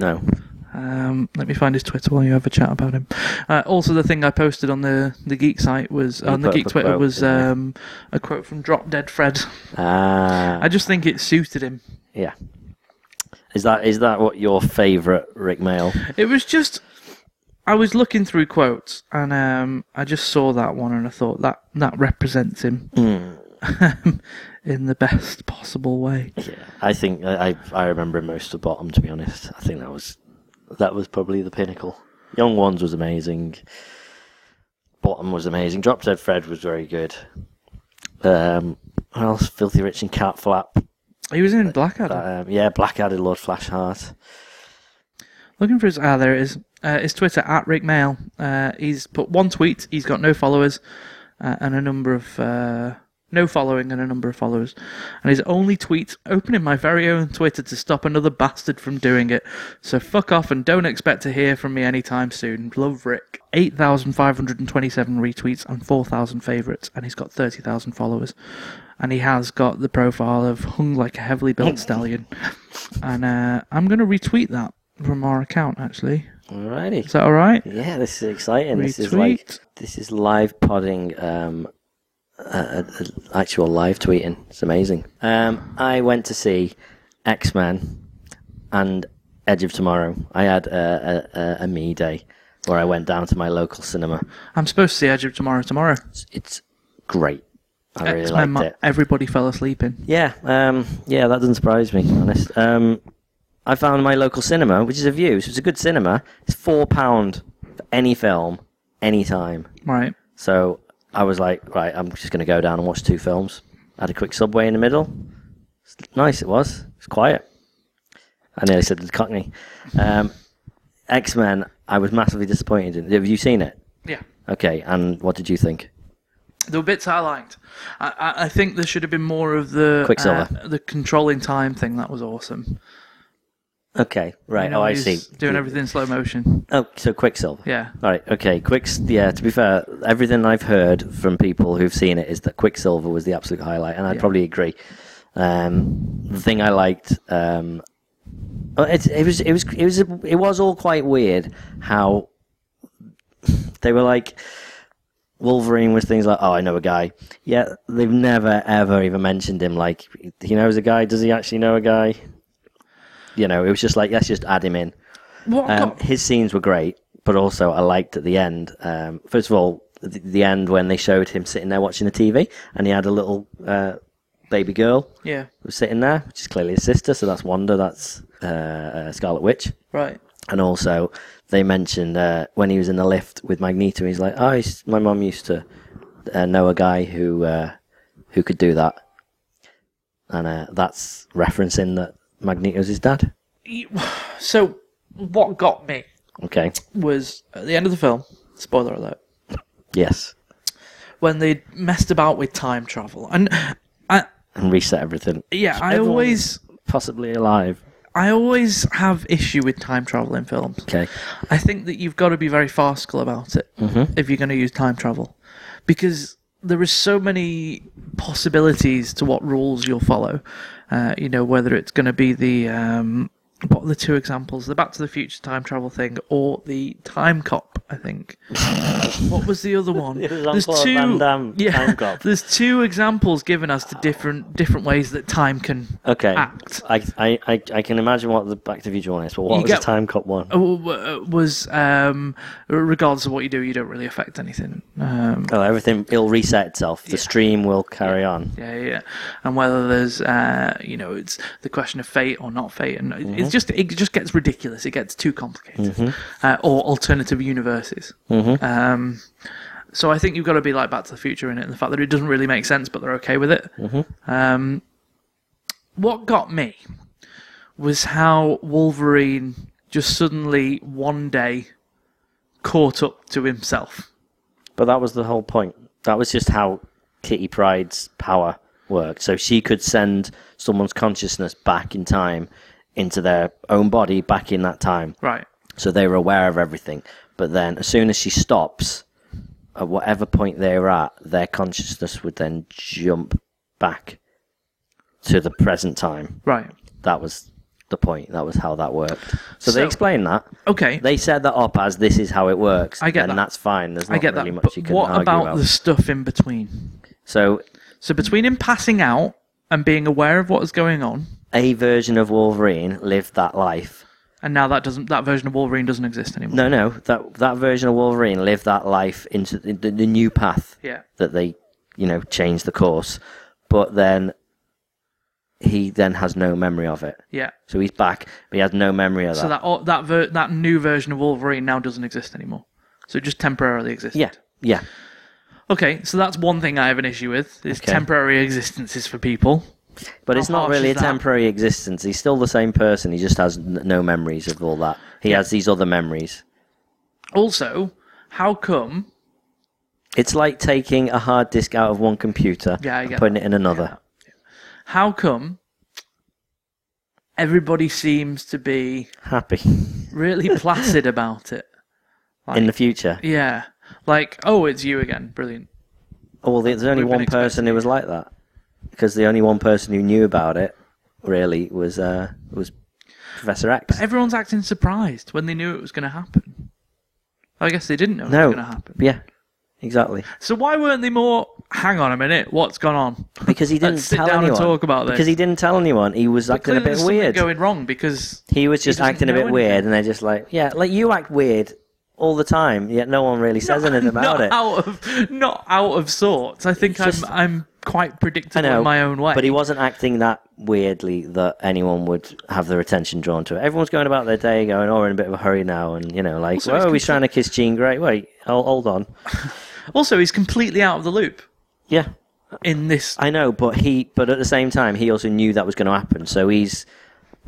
S3: No.
S1: Um, let me find his Twitter while you have a chat about him. Uh, also, the thing I posted on the, the Geek site was on the
S3: put up
S1: Geek
S3: a
S1: Twitter
S3: quote,
S1: was
S3: didn't you?
S1: um, a quote from Drop Dead Fred.
S3: Ah.
S1: I just think it suited him.
S3: yeah. Is that is that what your favourite Rick Mail?
S1: It was just I was looking through quotes and um, I just saw that one and I thought that that represents him [LAUGHS] in the best possible way.
S3: Yeah. I think I I, I remember him most the bottom. To be honest, I think that was that was probably the pinnacle. Young ones was amazing. Bottom was amazing. Drop Dead Fred was very good. Um, what else? Filthy Rich and Cat Flap.
S1: He was in Blackadder.
S3: Um, yeah, Blackadder Lord Flashheart.
S1: Looking for his ah, there it is. Uh, his Twitter at Rick Mail. Uh, he's put one tweet. He's got no followers uh, and a number of uh, no following and a number of followers. And his only tweet, opening my very own Twitter to stop another bastard from doing it. So fuck off and don't expect to hear from me anytime soon. Love Rick. 8,527 retweets and 4,000 favourites, and he's got 30,000 followers. And he has got the profile of hung like a heavily built stallion. And uh, I'm going to retweet that from our account, actually.
S3: Alrighty.
S1: Is that all right?
S3: Yeah, this is exciting. This is like
S1: Retweet.
S3: this is live podding, um, uh, uh, actual live tweeting. It's amazing. Um, I went to see X Men and Edge of Tomorrow. I had a, a, a, a me day where I went down to my local cinema.
S1: I'm supposed to see Edge of Tomorrow tomorrow.
S3: It's, it's great. I really
S1: X-Men
S3: liked
S1: Ma-
S3: it.
S1: Everybody fell asleep in.
S3: Yeah, um, yeah, that doesn't surprise me. To be honest, um, I found my local cinema, which is a view, so it's a good cinema. It's four pound for any film, any time.
S1: Right.
S3: So I was like, right, I'm just going to go down and watch two films. had a quick subway in the middle. It's nice, it was. It's quiet. I nearly said the Cockney. Um, X Men. I was massively disappointed. in. Have you seen it?
S1: Yeah.
S3: Okay, and what did you think?
S1: There were bits I liked. I, I, I think there should have been more of the
S3: Quicksilver.
S1: uh, the controlling time thing. That was awesome.
S3: Okay, right.
S1: You know,
S3: oh, I
S1: he's
S3: see.
S1: Doing everything in slow motion.
S3: Oh, so Quicksilver.
S1: Yeah.
S3: All right. Okay. Quicks. Yeah. To be fair, everything I've heard from people who've seen it is that Quicksilver was the absolute highlight, and I would
S1: Yeah.
S3: probably agree. Um, the thing I liked. Um, oh, it, it was. It was. It was. It was all quite weird how they were like. Wolverine was things like, oh, I know a guy. Yeah, they've never ever even mentioned him. Like, he knows a guy. Does he actually know a guy? You know, it was just like, let's just add him in.
S1: What I
S3: Um,
S1: got-
S3: his scenes were great, but also I liked at the end. Um, first of all, the, the end when they showed him sitting there watching the TV, and he had a little uh, baby girl
S1: Yeah.
S3: who was sitting there, which is clearly his sister. So that's Wanda, that's uh, uh, Scarlet Witch.
S1: Right.
S3: And also, they mentioned uh, when he was in the lift with Magneto, he's like, "Oh, he's, my mom used to uh, know a guy who uh, who could do that," and uh, that's referencing that Magneto's his dad.
S1: So what got me
S3: Okay.
S1: was at the end of the film. Spoiler alert.
S3: Yes.
S1: When they messed about with time travel, and I
S3: And reset everything.
S1: yeah, I
S3: Everyone-
S1: always
S3: possibly alive.
S1: I always have issue with time travel in films.
S3: Okay.
S1: I think that you've got to be very farcical about it
S3: Mm-hmm.
S1: if you're going to use time travel, because there are so many possibilities to what rules you'll follow. Uh, you know, whether it's going to be the um, what are the two examples, the Back to the Future time travel thing, or the Time Cop. I
S3: [LAUGHS]
S1: think. what was the other one? there's
S3: Jean-Claude Van
S1: two.
S3: Damme
S1: [LAUGHS] yeah,
S3: Time Cop.
S1: there's two examples given as to different different ways that time can
S3: Okay.
S1: act.
S3: I, I, I, I can imagine what the Back to the Future one is, but what
S1: You
S3: was
S1: get-
S3: the Time Cop one?
S1: Uh, w- w- was um, regardless of what you do, you don't really affect anything. Um,
S3: Oh, everything it'll reset itself. The stream will carry on.
S1: yeah, yeah, yeah. and whether there's, uh, you know, it's the question of fate or not fate, and it it's just it just gets ridiculous. It gets too complicated, uh, or alternative universes. Um, so I think you've got to be like Back to the Future in it, and the fact that it doesn't really make sense, but they're okay with it. Um, what got me was how Wolverine just suddenly one day caught up to himself.
S3: But that was the whole point. That was just how Kitty Pride's power worked. So she could send someone's consciousness back in time into their own body back in that time.
S1: Right.
S3: So they were aware of everything. But then, as soon as she stops, at whatever point they were at, their consciousness would then jump back to the present time.
S1: Right.
S3: That was the point. That was how that worked. So, they
S1: So-
S3: explained that.
S1: Okay.
S3: They set that up as this is how it works.
S1: I get
S3: and
S1: that.
S3: that's fine. There's not
S1: I get
S3: really
S1: that.
S3: much
S1: But
S3: you can
S1: what
S3: argue
S1: about
S3: about.
S1: the stuff in between?
S3: So
S1: So between him passing out and being aware of what was going on,
S3: a version of Wolverine lived that life.
S1: and now that doesn't that version of Wolverine doesn't exist anymore.
S3: No, no, that that version of Wolverine lived that life into the, the, the new path.
S1: Yeah.
S3: that they you know change the course but then he then has no memory of it
S1: Yeah.
S3: so he's back but he has no memory of that,
S1: So that o- that ver- that new version of Wolverine now doesn't exist anymore. So it just temporarily exists.
S3: yeah yeah
S1: Okay. So that's one thing I have an issue with is
S3: Okay.
S1: temporary existences for people.
S3: but it's
S1: How
S3: not
S1: harsh
S3: really a
S1: is that?
S3: temporary existence he's still the same person he just has n- no memories of all that he has these other memories
S1: Also, how come
S3: It's like taking a hard disk out of one computer
S1: Yeah, I
S3: and
S1: get
S3: putting it in another.
S1: How come everybody seems to be
S3: Happy [LAUGHS]
S1: really placid about it?
S3: in the future.
S1: Yeah. Like, oh, it's you again. Brilliant.
S3: Oh, well, there's only
S1: We've been
S3: one person who was like that because the only one person who knew about it really was uh, was Professor X.
S1: Everyone's acting surprised when they knew it was going to happen. I guess they didn't know it
S3: No,
S1: was going to happen.
S3: yeah,
S1: [LAUGHS]
S3: exactly.
S1: So why weren't they more? Hang on a minute. What's gone on?
S3: Because he didn't
S1: Let's sit
S3: tell
S1: down and
S3: anyone.
S1: talk about this.
S3: Because he didn't tell anyone. He was acting
S1: Clearly
S3: a bit
S1: there's something
S3: weird.
S1: going wrong because
S3: He was just
S1: doesn't
S3: acting a
S1: know
S3: bit weird,
S1: anything.
S3: and they're just like, yeah, like you act weird all the time, yet no
S1: [LAUGHS]
S3: one really says anything about
S1: not
S3: it.
S1: out of not out of sorts. I think
S3: just-
S1: I'm I'm quite
S3: I
S1: predictable
S3: know
S1: in my own way.
S3: but he wasn't acting that weirdly that anyone would have their attention drawn to it. Everyone's going about their day, going, "Oh, we're in a bit of a hurry now," and you know, like,
S1: Also, it's
S3: "Oh, he's
S1: consi-
S3: trying to kiss Jean Grey." Wait, hold, hold on.
S1: Also, he's completely out of the loop
S3: Yeah,
S1: in this.
S3: I know, but he, but at the same time, he also knew that was going to happen, so he's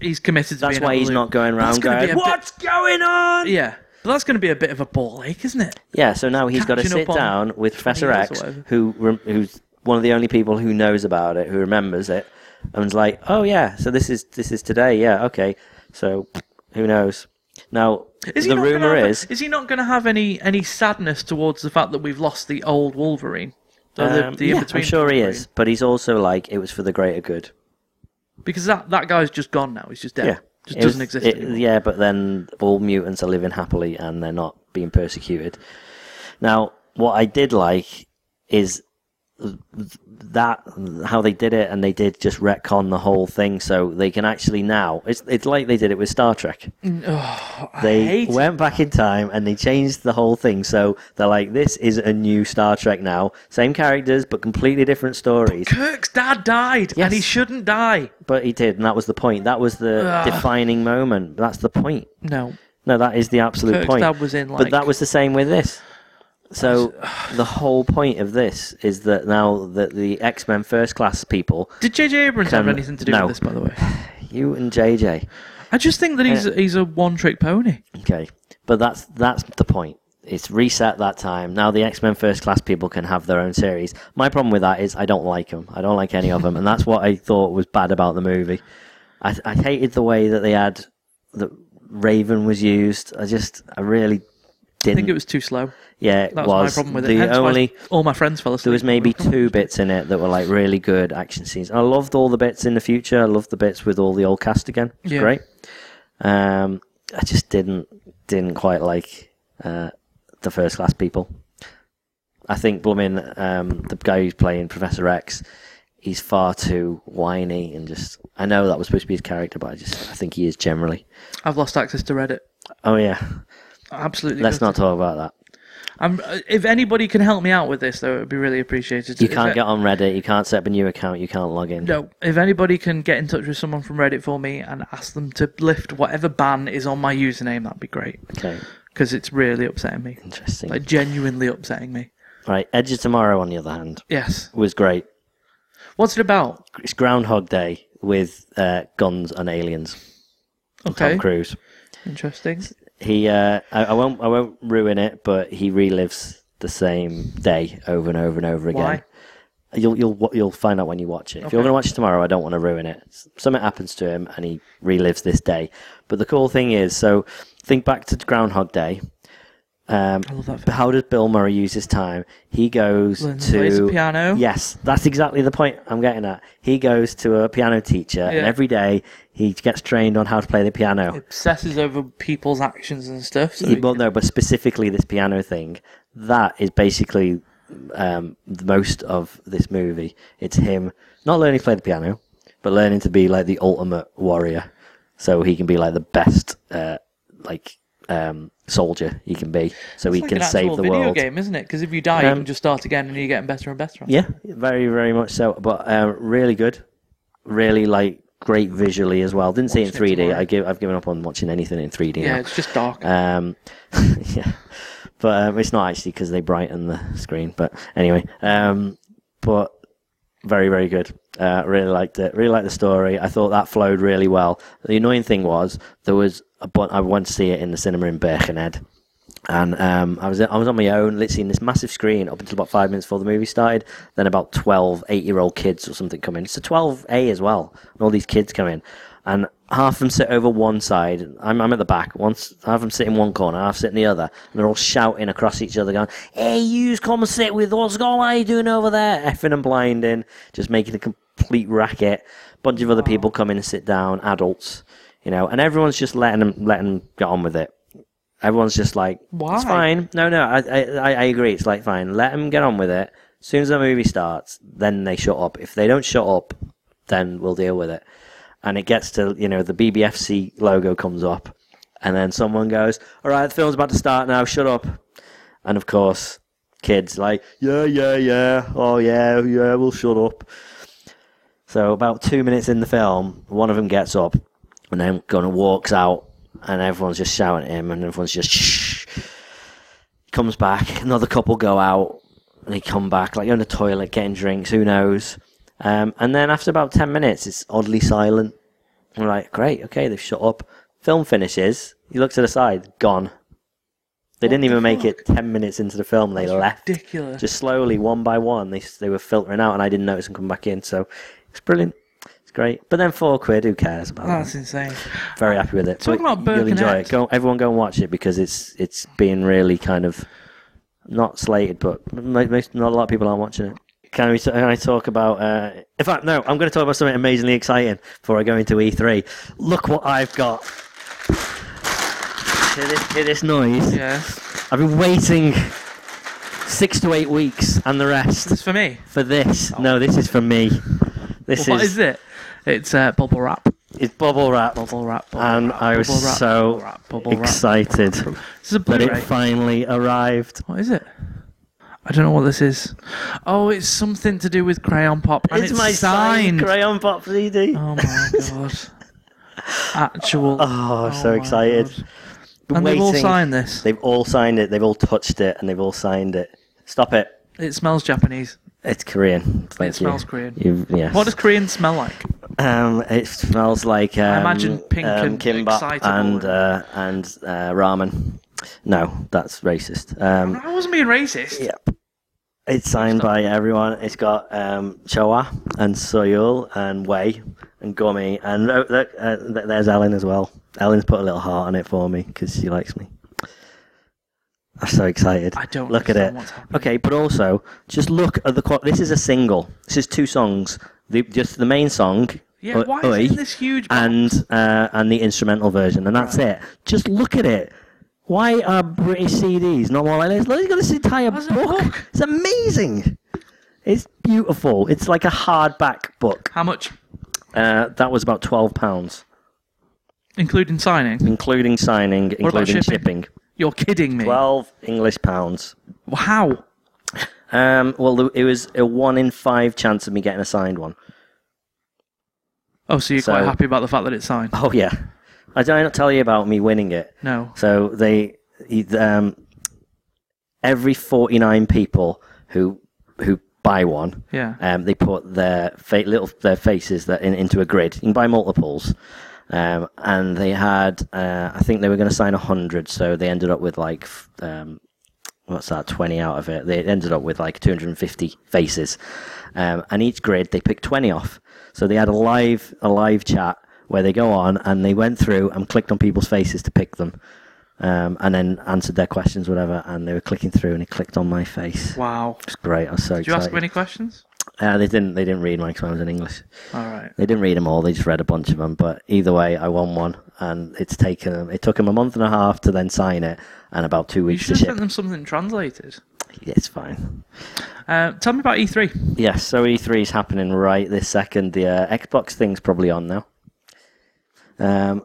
S1: He's committed. to
S3: that's
S1: being
S3: why
S1: out of
S3: he's
S1: the
S3: not
S1: loop.
S3: going
S1: That's
S3: around
S1: gonna be
S3: going,
S1: a bit-
S3: "What's going on?"
S1: Yeah, but that's going to be a bit of a ball ache, isn't it?
S3: Yeah, so now he's got to
S1: Catching
S3: sit
S1: up on
S3: down
S1: 20
S3: with Professor
S1: years or
S3: X,
S1: whatever.
S3: who rem- who's one of the only people who knows about it, who remembers it, and was like, "Oh yeah, so this is this is today. Yeah, okay. So who knows?" Now
S1: Is he
S3: the
S1: not gonna
S3: rumor
S1: have a-
S3: is
S1: is he not going to have any any sadness towards the fact that we've lost the old Wolverine? Or the-
S3: um,
S1: the
S3: yeah, I'm
S1: in-between
S3: sure he is,
S1: Wolverine?
S3: but he's also like, "It was for the greater good."
S1: because that that guy's just gone now. He's just dead.
S3: Yeah,
S1: just
S3: It
S1: doesn't
S3: was-
S1: exist
S3: it-
S1: anymore.
S3: yeah, but then all mutants are living happily and they're not being persecuted. Now, what I did like is that how they did it, and they did just retcon the whole thing, so they can actually now. It's it's like they did it with Star Trek.
S1: Mm, oh, I
S3: They
S1: hate it.
S3: went back in time and they changed the whole thing, so they're like, this is a new Star Trek now. Same characters, but completely different stories.
S1: Kirk's dad died,
S3: Yes.
S1: and he shouldn't die.
S3: But he did, and that was the point. That was the
S1: Ugh.
S3: defining moment. That's the point.
S1: No,
S3: No, that is the absolute
S1: Kirk's
S3: point.
S1: dad was in,
S3: but
S1: like-
S3: that was the same with this. So [SIGHS] the whole point of this is that now that the X Men First Class people,
S1: did JJ Abrams have
S3: Can-
S1: anything to do
S3: no.
S1: with this? By the way,
S3: you and JJ,
S1: I just think that
S3: Uh,
S1: he's he's a one trick pony.
S3: okay, but that's that's the point. It's reset that time. Now the X Men First Class people can have their own series. My problem with that is I don't like them. I don't like any of them, and that's what I thought was bad about the movie. I, I hated the way that they had that Raven was used. I just I really
S1: I think
S3: didn't.
S1: it was too slow.
S3: yeah, it
S1: That was, my problem with
S3: the
S1: it. Hence why
S3: only.
S1: all my friends fell asleep.
S3: There was maybe two bits in it that were like really good action scenes. I loved all the bits in the future. I loved the bits with all the old cast again. It was
S1: Yeah.
S3: great. Um, I just didn't didn't quite like uh, the first class people. I think Bloomin, um, the guy who's playing Professor X, he's far too whiny and just. I know that was supposed to be his character, but I just I think he is generally.
S1: I've lost access to Reddit.
S3: Oh yeah,
S1: Absolutely.
S3: let's
S1: gutted.
S3: not talk about that.
S1: I'm, uh, if anybody can help me out with this, though, it would be really appreciated.
S3: You
S1: If
S3: can't
S1: it-
S3: get on Reddit. You can't set up a new account. You can't log in.
S1: No, if anybody can get in touch with someone from Reddit for me and ask them to lift whatever ban is on my username, that'd be great.
S3: Okay,
S1: Because it's really upsetting me.
S3: interesting.
S1: Like, genuinely upsetting me.
S3: Right, Edge of Tomorrow, on the other hand,
S1: Yes.
S3: was great.
S1: What's it about?
S3: It's Groundhog Day with uh, guns and aliens. And
S1: Okay.
S3: Tom Cruise.
S1: Interesting.
S3: He, uh, I, I won't, I won't ruin it, but he relives the same day over and over and over again.
S1: Why?
S3: You'll, you'll, wa- you'll find out when you watch it. If you're
S1: Okay.
S3: going to watch it tomorrow, I don't want to ruin it. S- Something happens to him, and he relives this day. But the cool thing is, so think back to Groundhog Day. Um,
S1: I love that film.
S3: how does Bill Murray use his time? He goes
S1: Learns
S3: to
S1: to play the piano.
S3: Yes, that's exactly the point I'm getting at. He goes to a piano teacher, and
S1: Yeah.
S3: every day he gets trained on how to play the piano.
S1: Obsesses over people's actions and stuff. So
S3: He-
S1: he-
S3: well, no, but specifically this piano thing. That is basically um, the most of this movie. It's him not learning to play the piano, but learning to be like the ultimate warrior, so he can be like the best, uh, like um, soldier he can be, so
S1: It's
S3: he
S1: like
S3: can
S1: an
S3: save
S1: actual
S3: the
S1: video
S3: world.
S1: game, isn't it? Because if you die,
S3: Um,
S1: you can just start again and you're getting better and better. at it.
S3: Yeah, very, very much so. But uh, really good, really like great visually as well. Didn't see it in
S1: Watching it
S3: 3D.
S1: tomorrow.
S3: I give, I've given up on watching anything in 3D.
S1: Yeah,
S3: now.
S1: it's just dark.
S3: Um, [LAUGHS] yeah, but um, it's not actually because they brighten the screen. But anyway, um, but very, very good. Uh, really liked it. Really liked the story. I thought that flowed really well. The annoying thing was there was a bu- I went to see it in the cinema in Birkenhead, and um, I was I was on my own, literally in this massive screen up until about five minutes before the movie started. Then about 12, 8 year old kids or something come in. It's a twelve A as well, and all these kids come in, and half of them sit over one side. I'm, I'm at the back. Once half of them sit in one corner, half sit in the other, and they're all shouting across each other, going, "Hey, you come and sit with us. Go, what are you doing over there? Effing and blinding, just making a complete racket." Bunch of other people come in and sit down, adults, you know, and everyone's just letting them letting them get on with it. Everyone's just like,
S1: Why?
S3: it's fine. No, no, I, I, I- I agree. It's like, fine, let them get on with it. As soon as the movie starts, then they shut up. If they don't shut up, then we'll deal with it. And it gets to, you know, the BBFC logo comes up. And then someone goes, all right, the film's about to start now, shut up. And of course, kids like, yeah, yeah, yeah, oh, yeah, yeah, we'll shut up. So about two minutes in the film, one of them gets up and then Gunnar walks out, and everyone's just shouting at him, and everyone's just shh. Comes back, another couple go out, and they come back like on the toilet, getting drinks. Who knows? Um, and then after about ten minutes, it's oddly silent. We're like, great, okay, they've shut up. Film finishes. He looks to the side, gone. They didn't even make it ten minutes into the film. They left.
S1: Ridiculous.
S3: Just slowly, one by one, they they were filtering out, and I didn't notice them coming back in. So it's brilliant. It's great. But then four quid, who cares about that?
S1: Oh, That's insane.
S3: Very happy with it.
S1: Talking
S3: But
S1: about
S3: you'll enjoy
S1: Birkenhead.
S3: it. Go, everyone, go and watch it because it's it's being really kind of not slated, but mo- most, not a lot of people aren't watching it. Can we? Can I talk about? Uh, in fact, no. I'm going to talk about something amazingly exciting before I go into E3. Look what I've got. Hear this, hear this noise.
S1: Yes.
S3: I've been waiting six to eight weeks and the rest
S1: It's for me.
S3: for this. No, this is for me. This
S1: what is it? It's uh, bubble wrap.
S3: It's bubble wrap.
S1: Bubble wrap. Bubble
S3: and
S1: wrap,
S3: I was
S1: bubble wrap,
S3: so
S1: bubble wrap, bubble wrap.
S3: excited
S1: This is a
S3: that
S1: Blu-ray.
S3: it finally arrived.
S1: what is it? I don't know what this is. Oh, it's something to do with crayon pop, and it's,
S3: my
S1: signed.
S3: signed crayon pop CD.
S1: oh my god! Actual.
S3: [LAUGHS] Oh, I'm so
S1: my
S3: excited.
S1: God.
S3: Been
S1: And they've all
S3: waiting.
S1: signed this.
S3: They've all signed it. They've all touched it, and they've all signed it. Stop it!
S1: It smells Japanese.
S3: It's Korean. Thank
S1: It
S3: you.
S1: smells Korean.
S3: You, yes.
S1: What does Korean smell like?
S3: [LAUGHS] Um, it smells like um,
S1: imagine pink
S3: um,
S1: and
S3: kimbap
S1: excitable
S3: and
S1: and-
S3: uh, and uh, ramen. No, that's racist. Um,
S1: I wasn't being racist.
S3: Yep. It's signed by everyone. It's got um, Choa and Soyul and Wei and Gummy and oh, look, uh, th- there's Ellen as well. Ellen's put a little heart on it for me because she likes me. I'm so excited.
S1: I don't
S3: look at it.
S1: understand what's happening.
S3: Okay, but also just look at the. Qu- this is a single. This is two songs. The, just the main song.
S1: Yeah,
S3: Oi-
S1: why is it
S3: Oi,
S1: in this huge box?
S3: and uh, and the instrumental version, and that's it. Just look at it. Why are British CDs not more like this? Look, he's got this entire
S1: That's a
S3: book.
S1: book.
S3: It's amazing. It's beautiful. It's like a hardback book.
S1: How much,
S3: Uh, that was about twelve pounds,
S1: including signing?
S3: including signing,
S1: about
S3: including
S1: shipping? You're kidding me.
S3: Twelve English pounds.
S1: How?
S3: Um, well, it was a one in five chance of me getting a signed one.
S1: Oh, so you're
S3: So-
S1: quite happy about the fact that it's signed?
S3: Oh yeah. I did I not tell you about me winning it.
S1: No.
S3: So they, he- um, every forty-nine people who who buy one,
S1: Yeah.
S3: um, they put their fa- little their faces that in, into a grid. You can buy multiples, um, and they had, uh, I think they were going to sign hundred, so they ended up with like, f- um, what's that, twenty out of it. They ended up with like two hundred and fifty faces, um, and each grid they picked twenty off. So they had a live a live chat where they go on and they went through and clicked on people's faces to pick them. Um, and then answered their questions, whatever, and they were clicking through, and it clicked on my face.
S1: Wow.
S3: It's great. I was so
S1: Did you
S3: excited.
S1: ask him any questions?
S3: Uh, they didn't. They didn't read mine because I was in English.
S1: All right.
S3: They didn't read them all. They just read a bunch of them. But either way, I won one, and it's taken. 'em- It took them a month and a half to then sign it, and about two
S1: You
S3: weeks to
S1: should have
S3: ship.
S1: sent them something translated.
S3: It's fine.
S1: Uh, tell me about E3.
S3: Yes. So E3 is happening right this second. The uh, Xbox thing's probably on now. Um,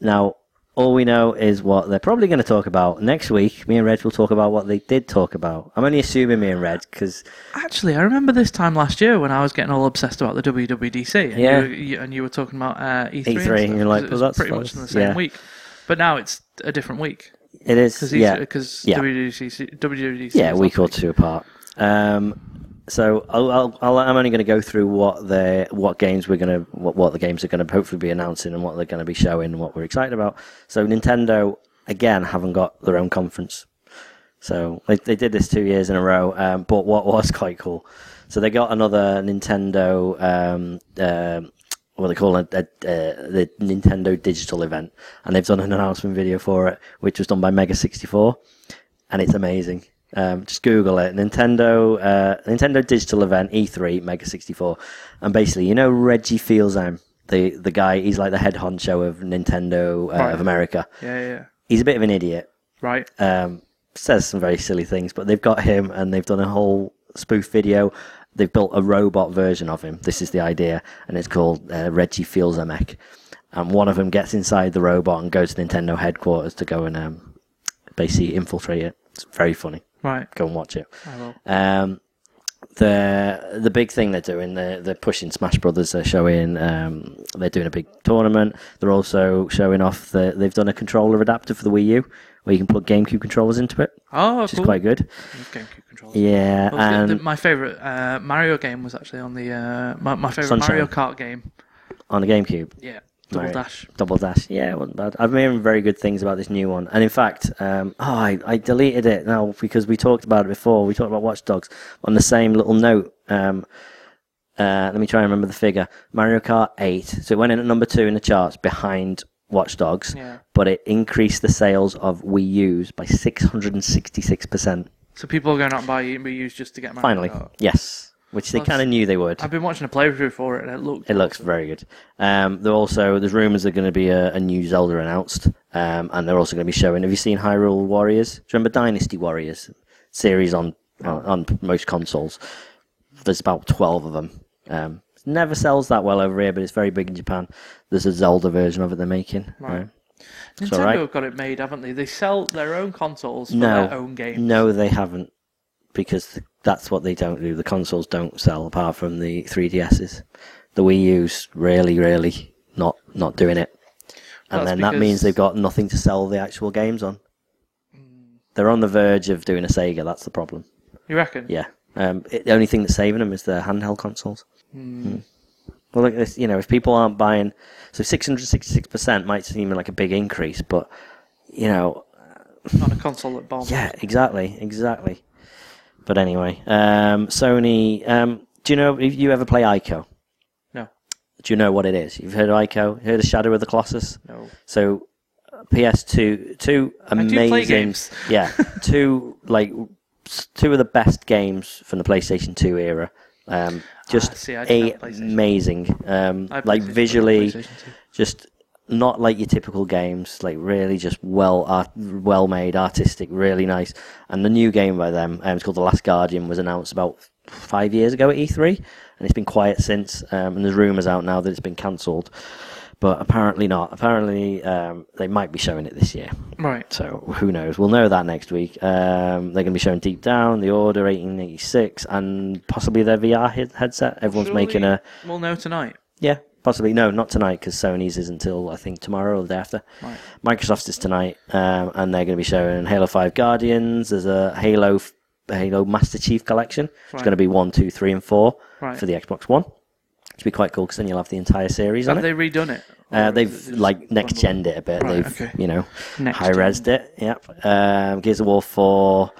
S3: now all we know is what they're probably going to talk about next week. Me and Reg will talk about what they did talk about. I'm only assuming me and Reg because
S1: Actually, I remember this time last year when I was getting all obsessed about the WWDC. And
S3: Yeah.
S1: You were, you, and you were talking about uh, E3.
S3: E3, and
S1: stuff,
S3: you're like,
S1: 'cause it
S3: well,
S1: was
S3: that's-
S1: pretty much
S3: that's-
S1: in the same
S3: yeah.
S1: week. But now it's a different week. E
S3: it is.
S1: Because
S3: yeah.
S1: Because
S3: Yeah.
S1: WWDC, WWDC.
S3: yeah, a
S1: is
S3: week or
S1: last
S3: two apart. Um, so I'll, I'll, I'll, I'm only going to go through what the what games we're going to what, what the games are going to hopefully be announcing and what they're going to be showing and what we're excited about. So Nintendo again haven't got their own conference. So they, they did this two years in a row. Um, but what was [LAUGHS] quite cool, so they got another Nintendo. Um, um what they call it, a, a, the Nintendo Digital event, and they've done an announcement video for it, which was done by Mega sixty four, and it's amazing. Um, just Google it. Nintendo uh, Nintendo Digital Event E3 Mega 64, and basically, you know Reggie Fils-Aime, the the guy. He's like the head honcho of Nintendo uh,
S1: Right.
S3: of America.
S1: Yeah, yeah, yeah.
S3: He's a bit of an idiot.
S1: Right.
S3: Um, says some very silly things, but they've got him, and they've done a whole spoof video. They've built a robot version of him. This is the idea, and it's called uh, Reggie Fils-Aime. And one of them gets inside the robot and goes to Nintendo headquarters to go and um, basically infiltrate it. It's very funny
S1: Right. Oh,
S3: go and watch it.
S1: I will.
S3: Um, the the big thing they're doing they're, they're pushing Smash Brothers. They're showing um, they're doing a big tournament. They're also showing off the they've done a controller adapter for the Wii U where you can plug GameCube controllers into it,
S1: Oh,
S3: which
S1: cool.
S3: is quite good.
S1: GameCube controller.
S3: Yeah,
S1: Well, the- the-
S3: and
S1: my favorite uh, Mario game was actually on the uh, my, my favorite
S3: Sunshine.
S1: Mario Kart game.
S3: on the GameCube,
S1: Yeah, Double
S3: Mario.
S1: Dash.
S3: Double Dash. Yeah, it wasn't bad. I've been hearing very good things about this new one. And in fact, um, oh, I, I deleted it now because we talked about it before. We talked about Watch Dogs. On the same little note, um, uh, let me try and remember the figure. Mario Kart 8. So it went in at number two in the charts behind Watch Dogs,
S1: Yeah.
S3: but it increased the sales of Wii U's by 666%.
S1: So people are going out and buying Wii U's just to get Mario
S3: Finally.
S1: Kart.
S3: Yes. Which they
S1: That's-
S3: kind of knew they would.
S1: I've been watching a playthrough for it, and it looked
S3: It looks very good. Um, there also there's rumors there's going to be a, a new Zelda announced, um, and they're also going to be showing. Have you seen Hyrule Warriors? Do you remember Dynasty Warriors series on on, on most consoles? There's about twelve of them. Um, it never sells that well over here, but it's very big in Japan. There's a Zelda version of it they're making.
S1: Right.
S3: Um,
S1: Nintendo
S3: all right.
S1: have got it made, haven't they? They sell their own consoles for
S3: No,
S1: their own games.
S3: no, they haven't, because th- that's what they don't do. The consoles don't sell apart from the 3DSs. The Wii U's really, really not not doing it. And
S1: That's
S3: then that means
S1: because-
S3: they've got nothing to sell the actual games on.
S1: Mm.
S3: They're on the verge of doing a Sega. That's the problem.
S1: You reckon?
S3: Yeah. Um, it, the only thing that's saving them is their handheld consoles.
S1: Hmm.
S3: Mm. Well, look, at this, you know, if people aren't buying, so 666% might seem like a big increase, but, you know,
S1: On a console that bombed.
S3: yeah, exactly, exactly. But anyway, um, Sony, um, do you know if you ever play Ico?
S1: No,
S3: Do you know what it is? You've heard of Ico? Heard of Shadow of the Colossus?
S1: no.
S3: So uh, PS2, two
S1: do
S3: amazing,
S1: play games.
S3: [LAUGHS] yeah, two like s- two of the best games from the PlayStation Two era. Um, just
S1: Ah, see, I didn't have PlayStation.
S3: amazing, um,
S1: I have
S3: like
S1: PlayStation, but not
S3: visually,
S1: PlayStation 2.
S3: just not like your typical games. Like really, just well art, well made, artistic, really nice. And the new game by them, um, it's called The Last Guardian, was announced about five years ago at E3, and it's been quiet since. Um, and there's rumors out now that it's been cancelled. But apparently not. Apparently, um, they might be showing it this year.
S1: Right.
S3: So who knows? We'll know that next week. Um, they're going to be showing Deep Down, The Order 1886, and possibly their VR head- headset. Everyone's making
S1: Surely
S3: a
S1: We'll know tonight.
S3: yeah, possibly no, not tonight because Sony's is until I think tomorrow or the day after.
S1: Right.
S3: Microsoft's is tonight, um, and they're going to be showing Halo Five Guardians. There's a Halo f- Halo Master Chief Collection. It's
S1: Right.
S3: going to be one, two, three, and four
S1: Right.
S3: for the Xbox One. Which would be quite cool because then you'll have the entire series on
S1: Have
S3: it.
S1: they redone it?
S3: Uh,
S1: Or is
S3: they've
S1: it just
S3: like next
S1: bundled?
S3: gen it a bit.
S1: Right,
S3: they've
S1: okay.
S3: you know
S1: Next
S3: high resed it. Yep. Um, Gears of War four.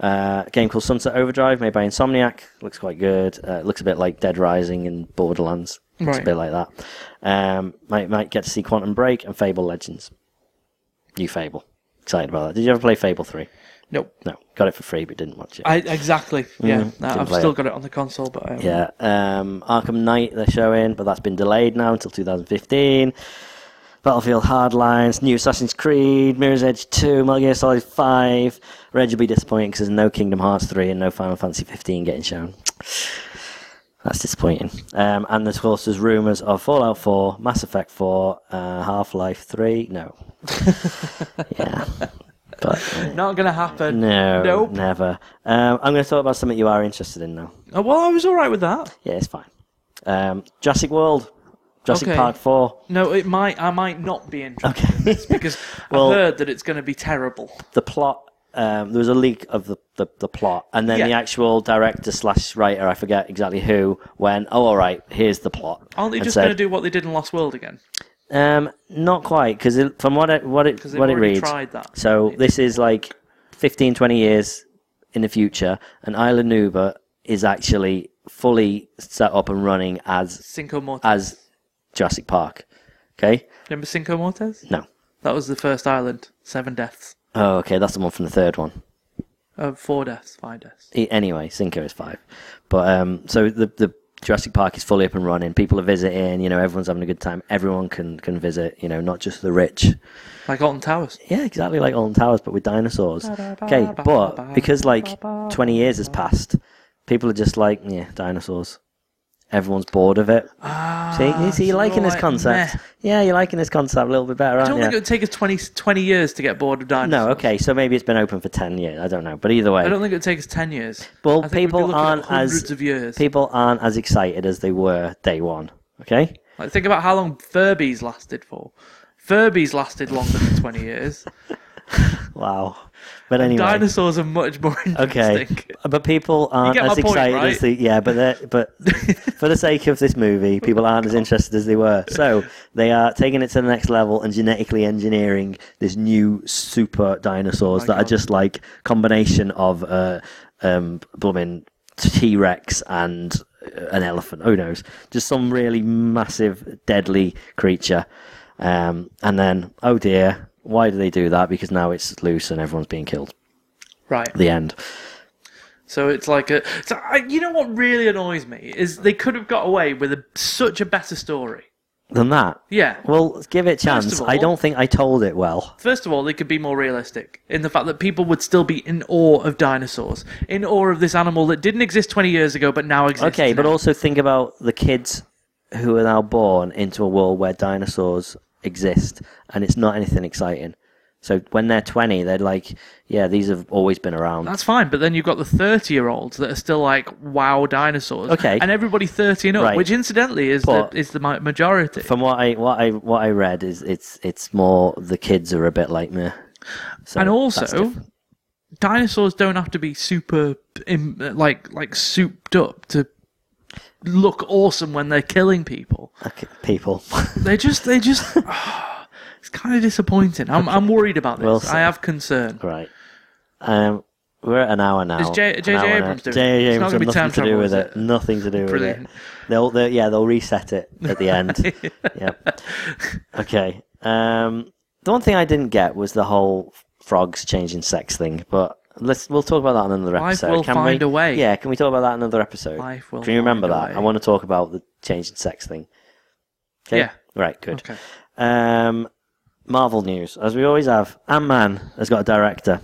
S3: Uh, a game called Sunset Overdrive, made by Insomniac, looks quite good. Uh, it looks a bit like Dead Rising and Borderlands. Looks a
S1: Right.
S3: bit like that. Um, might might get to see Quantum Break and Fable Legends. New Fable. Excited about that. Did you ever play Fable three?
S1: Nope.
S3: No, got it for free but didn't watch it.
S1: I, exactly. Yeah. No,
S3: Mm, didn't
S1: I've
S3: play
S1: still
S3: it.
S1: got it on the console, but um,
S3: Yeah, um, Arkham Knight they're showing, but that's been delayed now until 2015. Battlefield Hardlines, new Assassin's Creed, Mirror's Edge 2, Metal Gear Solid 5. Reg will be disappointed because there's no Kingdom Hearts 3 and no Final Fantasy 15 getting shown. That's disappointing. Um, and there's also there's rumours of Fallout 4, Mass Effect 4, uh, Half Life 3. No. yeah. But uh,
S1: not gonna happen.
S3: no,
S1: Nope.
S3: never. Um, I'm going to talk about something you are interested in now.
S1: Oh, well, I was all right with that.
S3: Yeah, it's fine. Um, Jurassic World, Jurassic
S1: Okay.
S3: Park Four.
S1: No, it might. I might not be interested in this
S3: [LAUGHS]
S1: because
S3: Well-
S1: I've heard that it's going to be terrible.
S3: The plot. Um, there was a leak of the, the, the plot, and then
S1: Yeah.
S3: the actual director slash writer, I forget exactly who, went, "Oh, all right, here's the plot."
S1: Aren't they
S3: and
S1: just
S3: said,
S1: going to do what they did in Lost World again?
S3: Um, not quite, because from what it what it
S1: Because they've
S3: what it
S1: already
S3: reads.
S1: tried that.
S3: So this is like 15, 20 years in the future, and Isla Nuba is actually fully set up and running as
S1: Cinco Mortes.
S3: as Jurassic Park. Okay?
S1: Remember Cinco Mortes?
S3: No.
S1: That was the first island. Seven deaths.
S3: Oh, okay, that's the one from the third one.
S1: Uh, four deaths, five deaths.
S3: E- anyway, Cinco is five. But um, so the the Jurassic Park is fully up and running. People are visiting. You know, everyone's having a good time. Everyone can can visit. You know, not just the rich.
S1: Like Alton Towers.
S3: Yeah, exactly like Alton Towers, but with dinosaurs. Okay, but because like twenty years has passed, people are just like, yeah, dinosaurs. Everyone's bored of it. See, you see, you're
S1: Ah, so
S3: liking this
S1: like,
S3: concept.
S1: meh.
S3: Yeah, you're liking this concept a little bit better,
S1: I
S3: aren't
S1: don't
S3: you?
S1: think it would take us 20, 20 years to get bored of dinosaurs.
S3: no, okay, so maybe it's been open for ten years. I don't know, but either way,
S1: I don't think it would take us 10 years.
S3: Well,
S1: I think we'd be
S3: people
S1: looking at
S3: aren't as-
S1: hundreds of years.
S3: people aren't as excited as they were day one. Okay.
S1: Like, think about how long Furbies lasted for. Furbies lasted longer than 20 years.
S3: Wow. But [LAUGHS] anyway,
S1: Dinosaurs are much more
S3: okay.
S1: interesting.
S3: But people aren't
S1: get my
S3: as
S1: point,
S3: excited as
S1: right?
S3: the yeah. But they're-
S1: [LAUGHS]
S3: but for the sake of this movie, people aren't as interested as they were. So they are taking it to the next level and genetically engineering this new super dinosaurs
S1: My
S3: that
S1: God.
S3: are just like combination of uh, um, blooming T Rex and uh, an elephant. Who knows? Just some really massive, deadly creature. Um, and then, oh dear, why do they do that? Because now it's loose and everyone's being killed
S1: Right.
S3: the end.
S1: So it's like a. So I, you know what really annoys me is they could have got away with a, such a better story.
S3: Than that.
S1: Yeah.
S3: Well, give it a chance.
S1: of
S3: I
S1: all-
S3: don't think I told it well.
S1: First of all, they could be more realistic in the fact that people would still be in awe of dinosaurs, in awe of this animal that didn't exist 20 years ago but now exists.
S3: Okay, but
S1: now.
S3: also think about the kids who are now born into a world where dinosaurs exist and it's not anything exciting. So when they're 20, they're like, yeah, these have always been around.
S1: That's fine, but then you've got the 30 year olds that are still like, wow, dinosaurs.
S3: Okay.
S1: And everybody 30 and up,
S3: Right.
S1: which incidentally is,
S3: But-
S1: the, is the mi- majority.
S3: From what I what I what I read is it's it's more the kids are a bit like me. So
S1: and
S3: that's
S1: also,
S3: different.
S1: dinosaurs don't have to be super, im- like, like souped up to look awesome when they're killing people.
S3: Okay, people. [LAUGHS]
S1: They just, they just. [SIGHS] it's kind of disappointing. I'm, I'm worried about this.
S3: Well said.
S1: I have concern.
S3: Right. Um, we're at an hour now.
S1: Is J-
S3: An
S1: J.J.
S3: hour and a-
S1: Abrams doing
S3: J.J.
S1: it? It's not gonna
S3: Abrams had
S1: be
S3: nothing
S1: time
S3: to do
S1: travel,
S3: with
S1: is
S3: it.
S1: it?
S3: Nothing to do with it.
S1: Brilliant.
S3: They'll, they'll, yeah, they'll reset it at the end.
S1: [LAUGHS]
S3: yeah. Okay. Um, the one thing I didn't get was the whole frogs changing sex thing, but let's we'll talk about that in another
S1: Life
S3: episode.
S1: will
S3: can
S1: find
S3: we?
S1: a way.
S3: Yeah, can we talk about that in another episode?
S1: Life will
S3: Can you remember
S1: find a
S3: that? I
S1: way.
S3: want to talk about the changing sex thing. Okay.
S1: Yeah.
S3: Right. Good.
S1: Okay.
S3: Um, Marvel news, as we always have. Ant Man has got a director,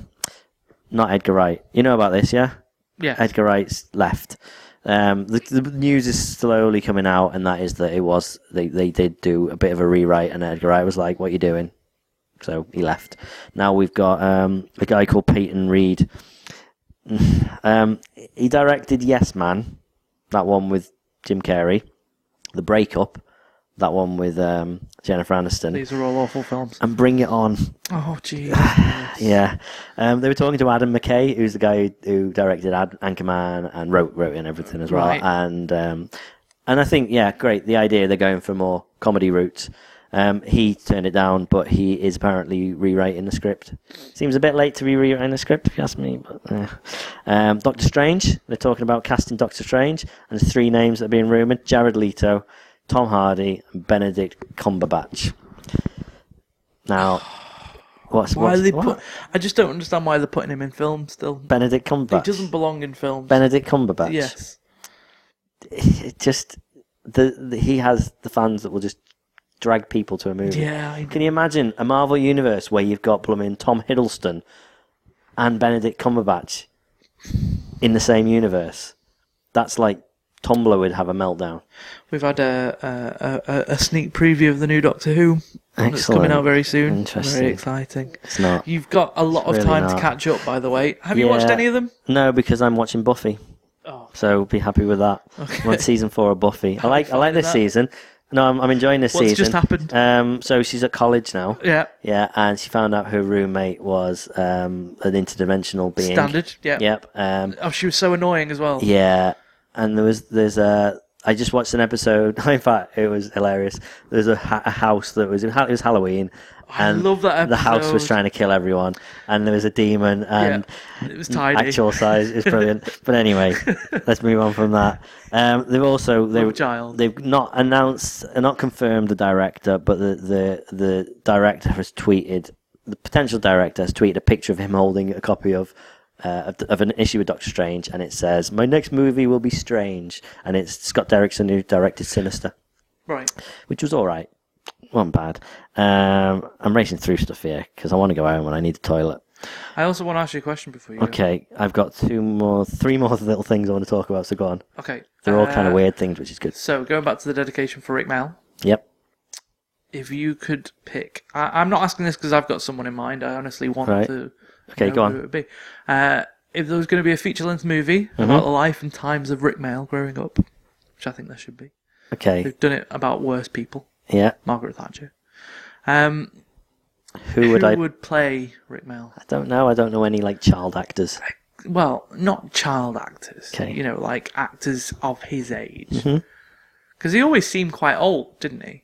S3: not Edgar Wright. You know about this, yeah?
S1: Yeah.
S3: Edgar Wright's left. Um, the, the news is slowly coming out, and that is that it was they, they did do a bit of a rewrite, and Edgar Wright was like, "What you doing?" So he left. Now we've got um, a guy called Peyton Reed. [SIGHS] um, he directed Yes Man, that one with Jim Carrey, The Breakup, that one with um, Jennifer Aniston,
S1: These are all awful films.
S3: and Bring It On.
S1: Oh,
S3: [SIGHS]
S1: jeez.
S3: Yeah, um, they were talking to Adam McKay, who's the guy who, who directed Ad- Anchorman and wrote wrote in everything as well.
S1: Right.
S3: And um, and I think yeah, great. The idea they're going for more comedy routes. Um, he turned it down, but he is apparently rewriting the script. Seems a bit late to be rewriting the script, if you ask me. But eh. um, Doctor Strange, they're talking about casting Doctor Strange, and there's three names that are being rumored: Jared Leto, Tom Hardy, and Benedict Cumberbatch. Now, what's
S1: Why
S3: what's-
S1: they
S3: what?
S1: put? I just don't understand why they're putting him in film still.
S3: Benedict Cumberbatch.
S1: He doesn't belong in films.
S3: Benedict Cumberbatch.
S1: Yes.
S3: It just the, the he has the fans that will just drag people to a movie.
S1: Yeah. I,
S3: Can you imagine a Marvel universe where you've got blooming Tom Hiddleston and Benedict Cumberbatch in the same universe? That's like Tumblr would have a meltdown.
S1: we've had a, a, a, a sneak preview of the new Doctor Who. That's
S3: Excellent.
S1: coming out very soon.
S3: Interesting.
S1: Very exciting.
S3: It's not.
S1: You've got a lot of
S3: really
S1: time
S3: not.
S1: to catch up, by the way. Have you watched
S3: Yeah.
S1: any of them?
S3: No, because I'm watching Buffy.
S1: Oh.
S3: So be happy with that.
S1: Okay.
S3: I'm on season four of Buffy. I like I
S1: fine
S3: like
S1: with
S3: this
S1: that.
S3: season. No, I'm, I'm enjoying this
S1: What's
S3: season.
S1: just happened?
S3: Um, so she's at college now.
S1: Yeah.
S3: Yeah, and she found out her roommate was um, an interdimensional being.
S1: Standard. Yeah.
S3: Yep. Um,
S1: Oh, she was so annoying as well.
S3: yeah, and there was there's a I just watched an episode. [LAUGHS] In fact, it was hilarious. There's a, ha- a house that was in, it was Halloween, and
S1: love that
S3: the house was
S1: episode.
S3: trying to kill everyone, and there was a demon, and
S1: Yeah, it was tidy.
S3: actual size is brilliant. but anyway, let's move on from that. Um, they've also they,
S1: Love Child.
S3: they've not announced, uh, not confirmed the director, but the the, the director has tweeted the potential director has tweeted a picture of him holding a copy of. Uh, of, of an issue with Doctor Strange, and it says, "My next movie will be Strange," and it's Scott Derrickson who directed Sinister
S1: Right.
S3: which was all right. Wasn't bad. Um, I'm racing through stuff here because I want to go home and I need a toilet.
S1: I also want to ask you a question before you. go.
S3: Okay, I've got two more, three more [LAUGHS] little things I want to talk about. So go on.
S1: Okay.
S3: They're all kind
S1: uh,
S3: of weird things, which is good.
S1: So going back to the dedication for Rick Mel,
S3: Yep.
S1: if you could pick, I, I'm not asking this because I've got someone in mind. I honestly want
S3: Right.
S1: to.
S3: Okay,
S1: know
S3: go
S1: Who it
S3: on.
S1: would be. Uh, if there was going to be a feature-length movie
S3: Mm-hmm.
S1: about the life and times of Rick Mail growing up, which I think there should be,
S3: Okay.
S1: they've done it about worse people,
S3: Yeah.
S1: Margaret Thatcher. Um,
S3: Who would
S1: who
S3: I?
S1: would play Rick Mail?
S3: I don't know. I don't know any like child actors.
S1: Well, not child actors.
S3: Okay. Mm-hmm.
S1: You know, like actors of his age. Because he always seemed quite old, didn't he?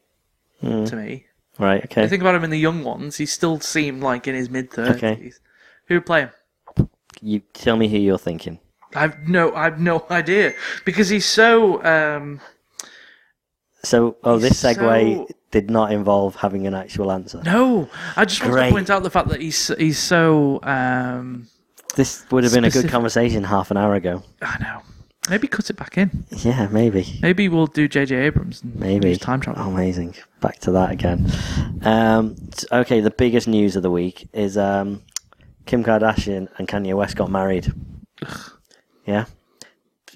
S3: Mm.
S1: To me,
S3: Right.
S1: I
S3: Okay.
S1: think about him in the young ones. He still seemed like in his mid thirties.
S3: Okay.
S1: Who would play him?
S3: You tell me who you're thinking.
S1: I've no, I've no [LAUGHS] idea because he's so. Um,
S3: So, oh, this
S1: So-
S3: segue did not involve having an actual answer.
S1: No, I just want
S3: Great.
S1: to point out the fact that he's he's so. Um,
S3: This would have been a good
S1: Specific-
S3: conversation half an hour ago.
S1: I know. Maybe cut it back in.
S3: Yeah, maybe.
S1: Maybe we'll do J.J. Abrams and
S3: Maybe. Oh
S1: use time travel.
S3: Amazing. Back to that again. Um, t- okay, the biggest news of the week is um, Kim Kardashian and Kanye West got married. Yeah.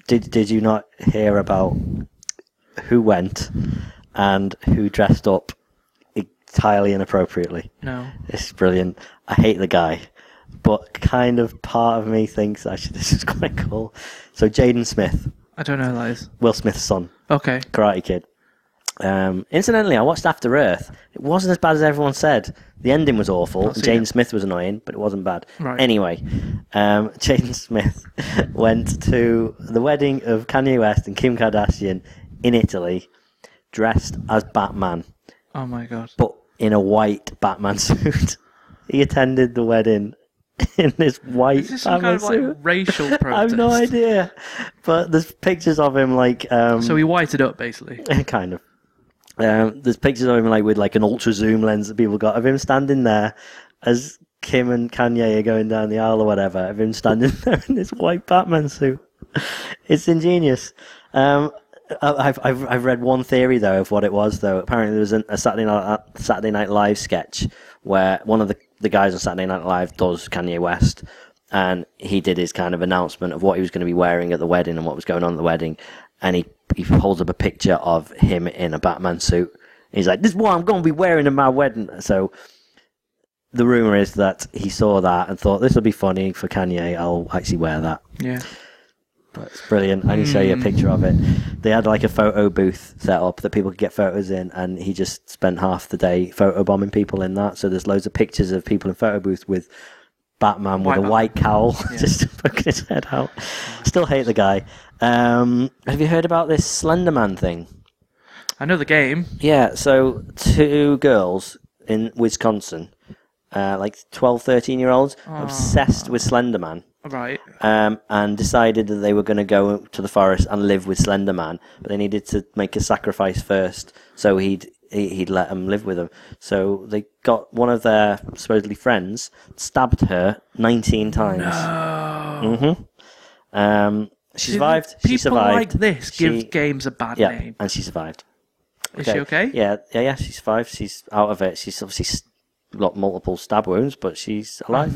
S3: Did Did you not hear about who went and who dressed up entirely inappropriately?
S1: No,
S3: It's brilliant. I hate the guy, but kind of part of me thinks actually [LAUGHS] this is quite cool. So Jaden Smith,
S1: I don't know who that is.
S3: Will Smith's son.
S1: Okay,
S3: Karate Kid. Um, incidentally, I watched After Earth. It wasn't as bad as everyone said. The ending was awful.
S1: seen
S3: Jaden
S1: it.
S3: Smith was annoying, but it wasn't bad.
S1: Right.
S3: Anyway, um, [LAUGHS] Jaden Smith went to the wedding of Kanye West and Kim Kardashian in Italy, dressed as Batman,
S1: oh my god.
S3: but in a white Batman [LAUGHS] suit. he attended the wedding [LAUGHS] in this white
S1: Is this some
S3: Batman
S1: kind of like
S3: suit.
S1: racial protest?
S3: [LAUGHS] I have no idea, but there's pictures of him like. Um,
S1: So he whited up basically.
S3: [LAUGHS] kind of. Um, there's pictures of him like with like an ultra zoom lens that people got of him standing there as Kim and Kanye are going down the aisle or whatever, of him standing [LAUGHS] there in this white Batman suit. It's ingenious. Um, I- I've, I've I've read one theory though of what it was though. Apparently there was an, a Saturday night uh, Saturday Night Live sketch where one of the the guys on Saturday Night Live does Kanye West, and he did his kind of announcement of what he was going to be wearing at the wedding and what was going on at the wedding, and he he holds up a picture of him in a Batman suit. He's like, "This is what I'm going to be wearing at my wedding." So the rumor is that he saw that and thought this will be funny for Kanye. I'll actually wear that.
S1: Yeah.
S3: But it's brilliant. I can show you a picture of it. They had like a photo booth set up that people could get photos in, and he just spent half the day photo bombing people in that. So there's loads of pictures of people in photo booths with Batman
S1: White
S3: with a
S1: Batman.
S3: white cowl [LAUGHS] just poking his head out. Still hate the guy. Um, have you heard about this Slender Man thing?
S1: I know the game.
S3: Yeah, so two girls in Wisconsin, uh, like 12, 13 year olds, obsessed with Slender Man
S1: Right.
S3: um, and decided that they were going to go to the forest and live with Slender Man, but they needed to make a sacrifice first, so he'd he- he'd let them live with him. So they got one of their supposedly friends stabbed her nineteen times. hmm Um, she survived.
S1: People
S3: she survived.
S1: like this give
S3: She-
S1: games a bad
S3: yeah,
S1: name.
S3: and she survived.
S1: Is she okay?
S3: Yeah, yeah, yeah. She survived. She's out of it. She's obviously s- got multiple stab wounds, but she's alive.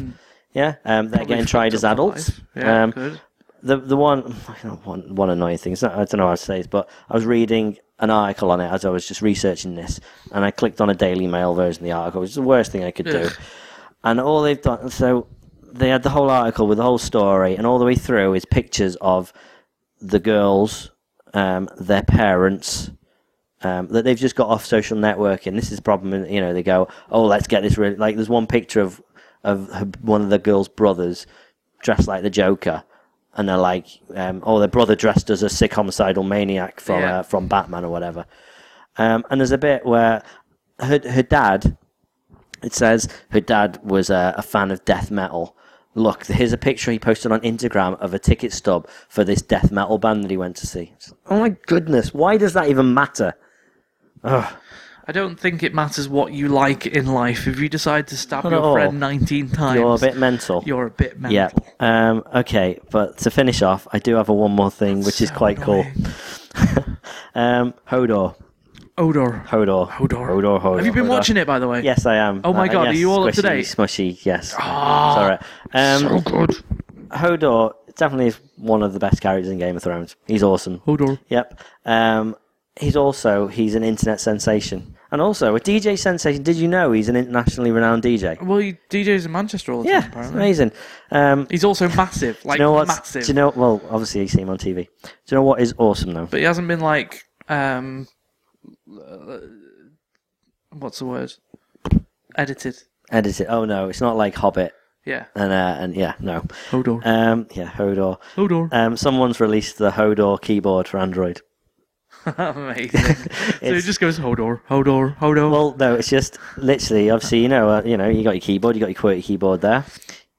S3: yeah, um, they're
S1: Hmm. Probably
S3: getting tried
S1: fucked
S3: as
S1: up her
S3: adults.
S1: life. Yeah.
S3: um,
S1: good.
S3: the the one I don't want one annoying thing. It's not, I don't know how to say this, but I was reading an article on it as I was just researching this, and I clicked on a Daily Mail version of the article, which is the worst thing I could do.
S1: Ugh.
S3: And all they've done, so they had the whole article with the whole story, and all the way through is pictures of the girls, um, their parents, um, that they've just got off social networking. This is the problem. and, You know, they go, oh, let's get this. Really, like, there's one picture of of her, one of the girl's brothers dressed like the Joker, and they're like, um, "Oh, their brother dressed as a sick homicidal maniac from
S1: Yeah.
S3: uh, from Batman or whatever." Um, and there's a bit where her her dad it says her dad was a, a fan of death metal. Look, here's a picture he posted on Instagram of a ticket stub for this death metal band that he went to see. It's like, oh my goodness, why does that even matter?
S1: I don't think it matters what you like in life. If you decide to stab
S3: Not at
S1: your
S3: all.
S1: friend 19 times,
S3: You're a bit mental.
S1: you're a bit mental.
S3: yeah. Um, okay, but to finish off, I do have a one more thing which is
S1: So
S3: quite
S1: annoying.
S3: cool. [LAUGHS] um, Hodor,
S1: Odor.
S3: Hodor,
S1: Hodor.
S3: Hodor, Hodor.
S1: Have you been
S3: Hodor.
S1: watching it, by the way?
S3: Yes, I am.
S1: Oh my
S3: Uh,
S1: God,
S3: yes,
S1: are you all up to
S3: squishy,
S1: date?
S3: Smushy, yes.
S1: Ah,
S3: Sorry. Um,
S1: so good.
S3: Hodor definitely is one of the best characters in Game of Thrones. He's awesome.
S1: Odor.
S3: Yep. Um, he's also he's an internet sensation and also a DJ sensation. Did you know he's an internationally renowned DJ?
S1: Well, he DJs in Manchester all the
S3: Yeah,
S1: time,
S3: it's
S1: apparently.
S3: amazing. Um,
S1: He's also massive. Like,
S3: do you know what?
S1: massive.
S3: Do you know? Well, obviously you see him on TV. Do you know what is awesome though?
S1: But he hasn't been, like, um, uh, what's the word? Edited.
S3: Edit it. Oh no, it's not like Hobbit
S1: Yeah.
S3: and uh, and yeah, no.
S1: Odor.
S3: Um, yeah, Hodor.
S1: Odor.
S3: Um, someone's released the Hodor keyboard for Android.
S1: [LAUGHS] Amazing. so it
S3: uh, It's-
S1: just goes Hodor, Hodor, Hodor.
S3: Well, no, it's just literally. Obviously, you know, uh, you know, you got your keyboard, you got your QWERTY keyboard there.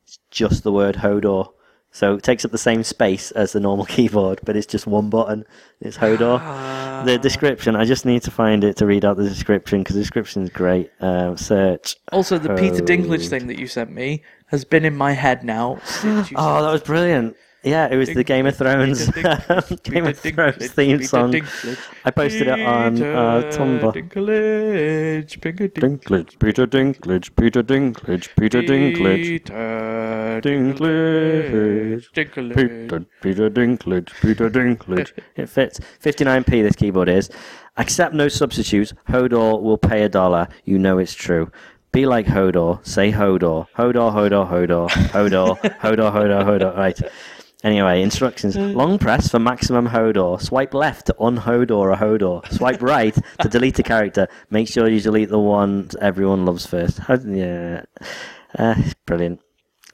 S3: It's just the word Hodor, so it takes up the same space as the normal [LAUGHS] keyboard, but it's just one button. It's Hodor.
S1: Ah.
S3: the description. I just need to find it to read out the description because the description is great. Um, search.
S1: also, the Peter Dinklage
S3: Hode.
S1: thing that you sent me has been in my head now since you
S3: [GASPS] Oh, that was brilliant. Yeah, it was the
S1: Dink-
S3: Game of [LAUGHS] Thrones
S1: Peter Dinklage,
S3: Game of
S1: Peter
S3: Thrones
S1: Dinklage,
S3: theme
S1: Peter
S3: song.
S1: Dinklage,
S3: I posted it on uh,
S1: Peter
S3: Tumblr.
S1: Dinklage, Peter Dinklage,
S2: Dinklage, Peter Dinklage, Peter Dinklage, Peter Dinklage,
S1: Peter
S2: Dinklage,
S1: Dinklage.
S2: Peter, Peter Dinklage, Peter Dinklage.
S3: It fits. 59p this keyboard is. Accept no substitutes. Hodor will pay a dollar. You know it's true. Be like Hodor. Say Hodor. Hodor, Hodor, Hodor. Hodor, [LAUGHS] Hodor, Hodor, Hodor. Right. Anyway, instructions. Long press for maximum Hodor. Swipe left to unhodor a Hodor. Swipe right to delete a character. Make sure you delete the one everyone loves first. How- Yeah. Uh, brilliant.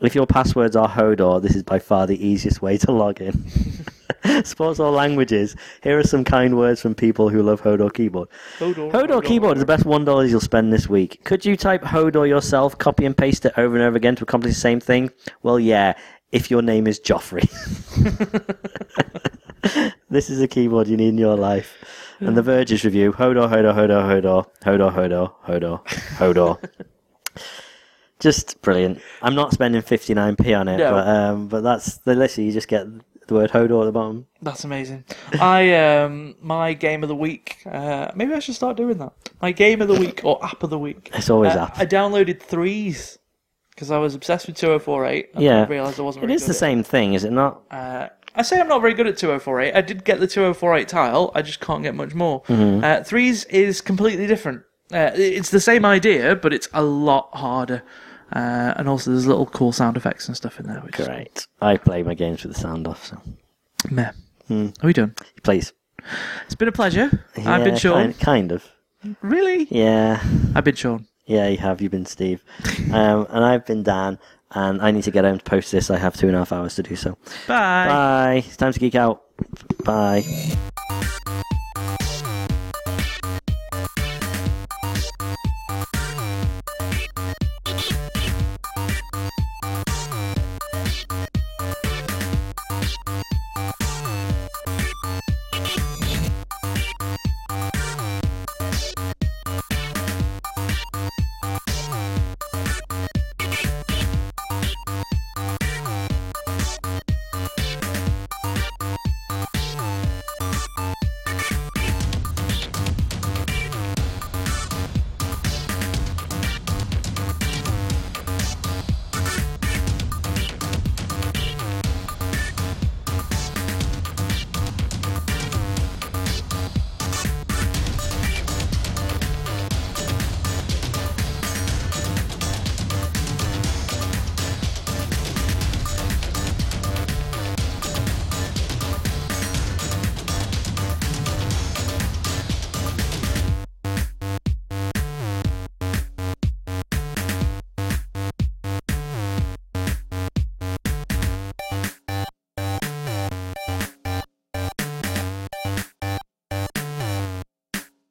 S3: If your passwords are Hodor, this is by far the easiest way to log in. [LAUGHS] Supports all languages. Here are some kind words from people who love Hodor keyboard.
S1: Hodor,
S3: Hodor keyboard is the best one dollar you'll spend this week. Could you type Hodor yourself, copy and paste it over and over again to accomplish the same thing? Well, yeah, if your name is Joffrey. [LAUGHS] this is a keyboard you need in your life. And the Verge's review: Hodor, Hodor, Hodor, Hodor, Hodor, Hodor, Hodor, Hodor. [LAUGHS] just brilliant. I'm not spending 59p on it,
S1: No.
S3: but um, but that's the literally you just get the word Hodor at the bottom.
S1: That's amazing. I um my game of the week. Uh, maybe I should start doing that. My game of the week or app of the week.
S3: It's always
S1: Uh,
S3: up.
S1: I downloaded threes because I was obsessed with 2048. And
S3: Yeah.
S1: I realised I wasn't.
S3: It
S1: very
S3: is
S1: good at
S3: the same thing, is it not?
S1: it. Uh, I say I'm not very good at 2048. I did get the 2048 tile. I just can't get much more.
S3: Mm-hmm.
S1: Uh, threes is completely different. Uh, it- it's the same idea, but it's a lot harder. Uh, and also, there's little cool sound effects and stuff in there. Which is
S3: Great. I play my games with the sound off, so
S1: meh.
S3: Hmm.
S1: Are we done?
S3: please.
S1: It's been a pleasure. I've been
S3: Yeah,
S1: Sean.
S3: Kind, kind of.
S1: Really?
S3: Yeah.
S1: I've been Sean.
S3: Yeah, you have. You've been Steve.
S1: [LAUGHS]
S3: um, and I've been Dan. And I need to get home to post this. I have two and a half hours to do so.
S1: Bye.
S3: Bye. It's time to geek out. Bye.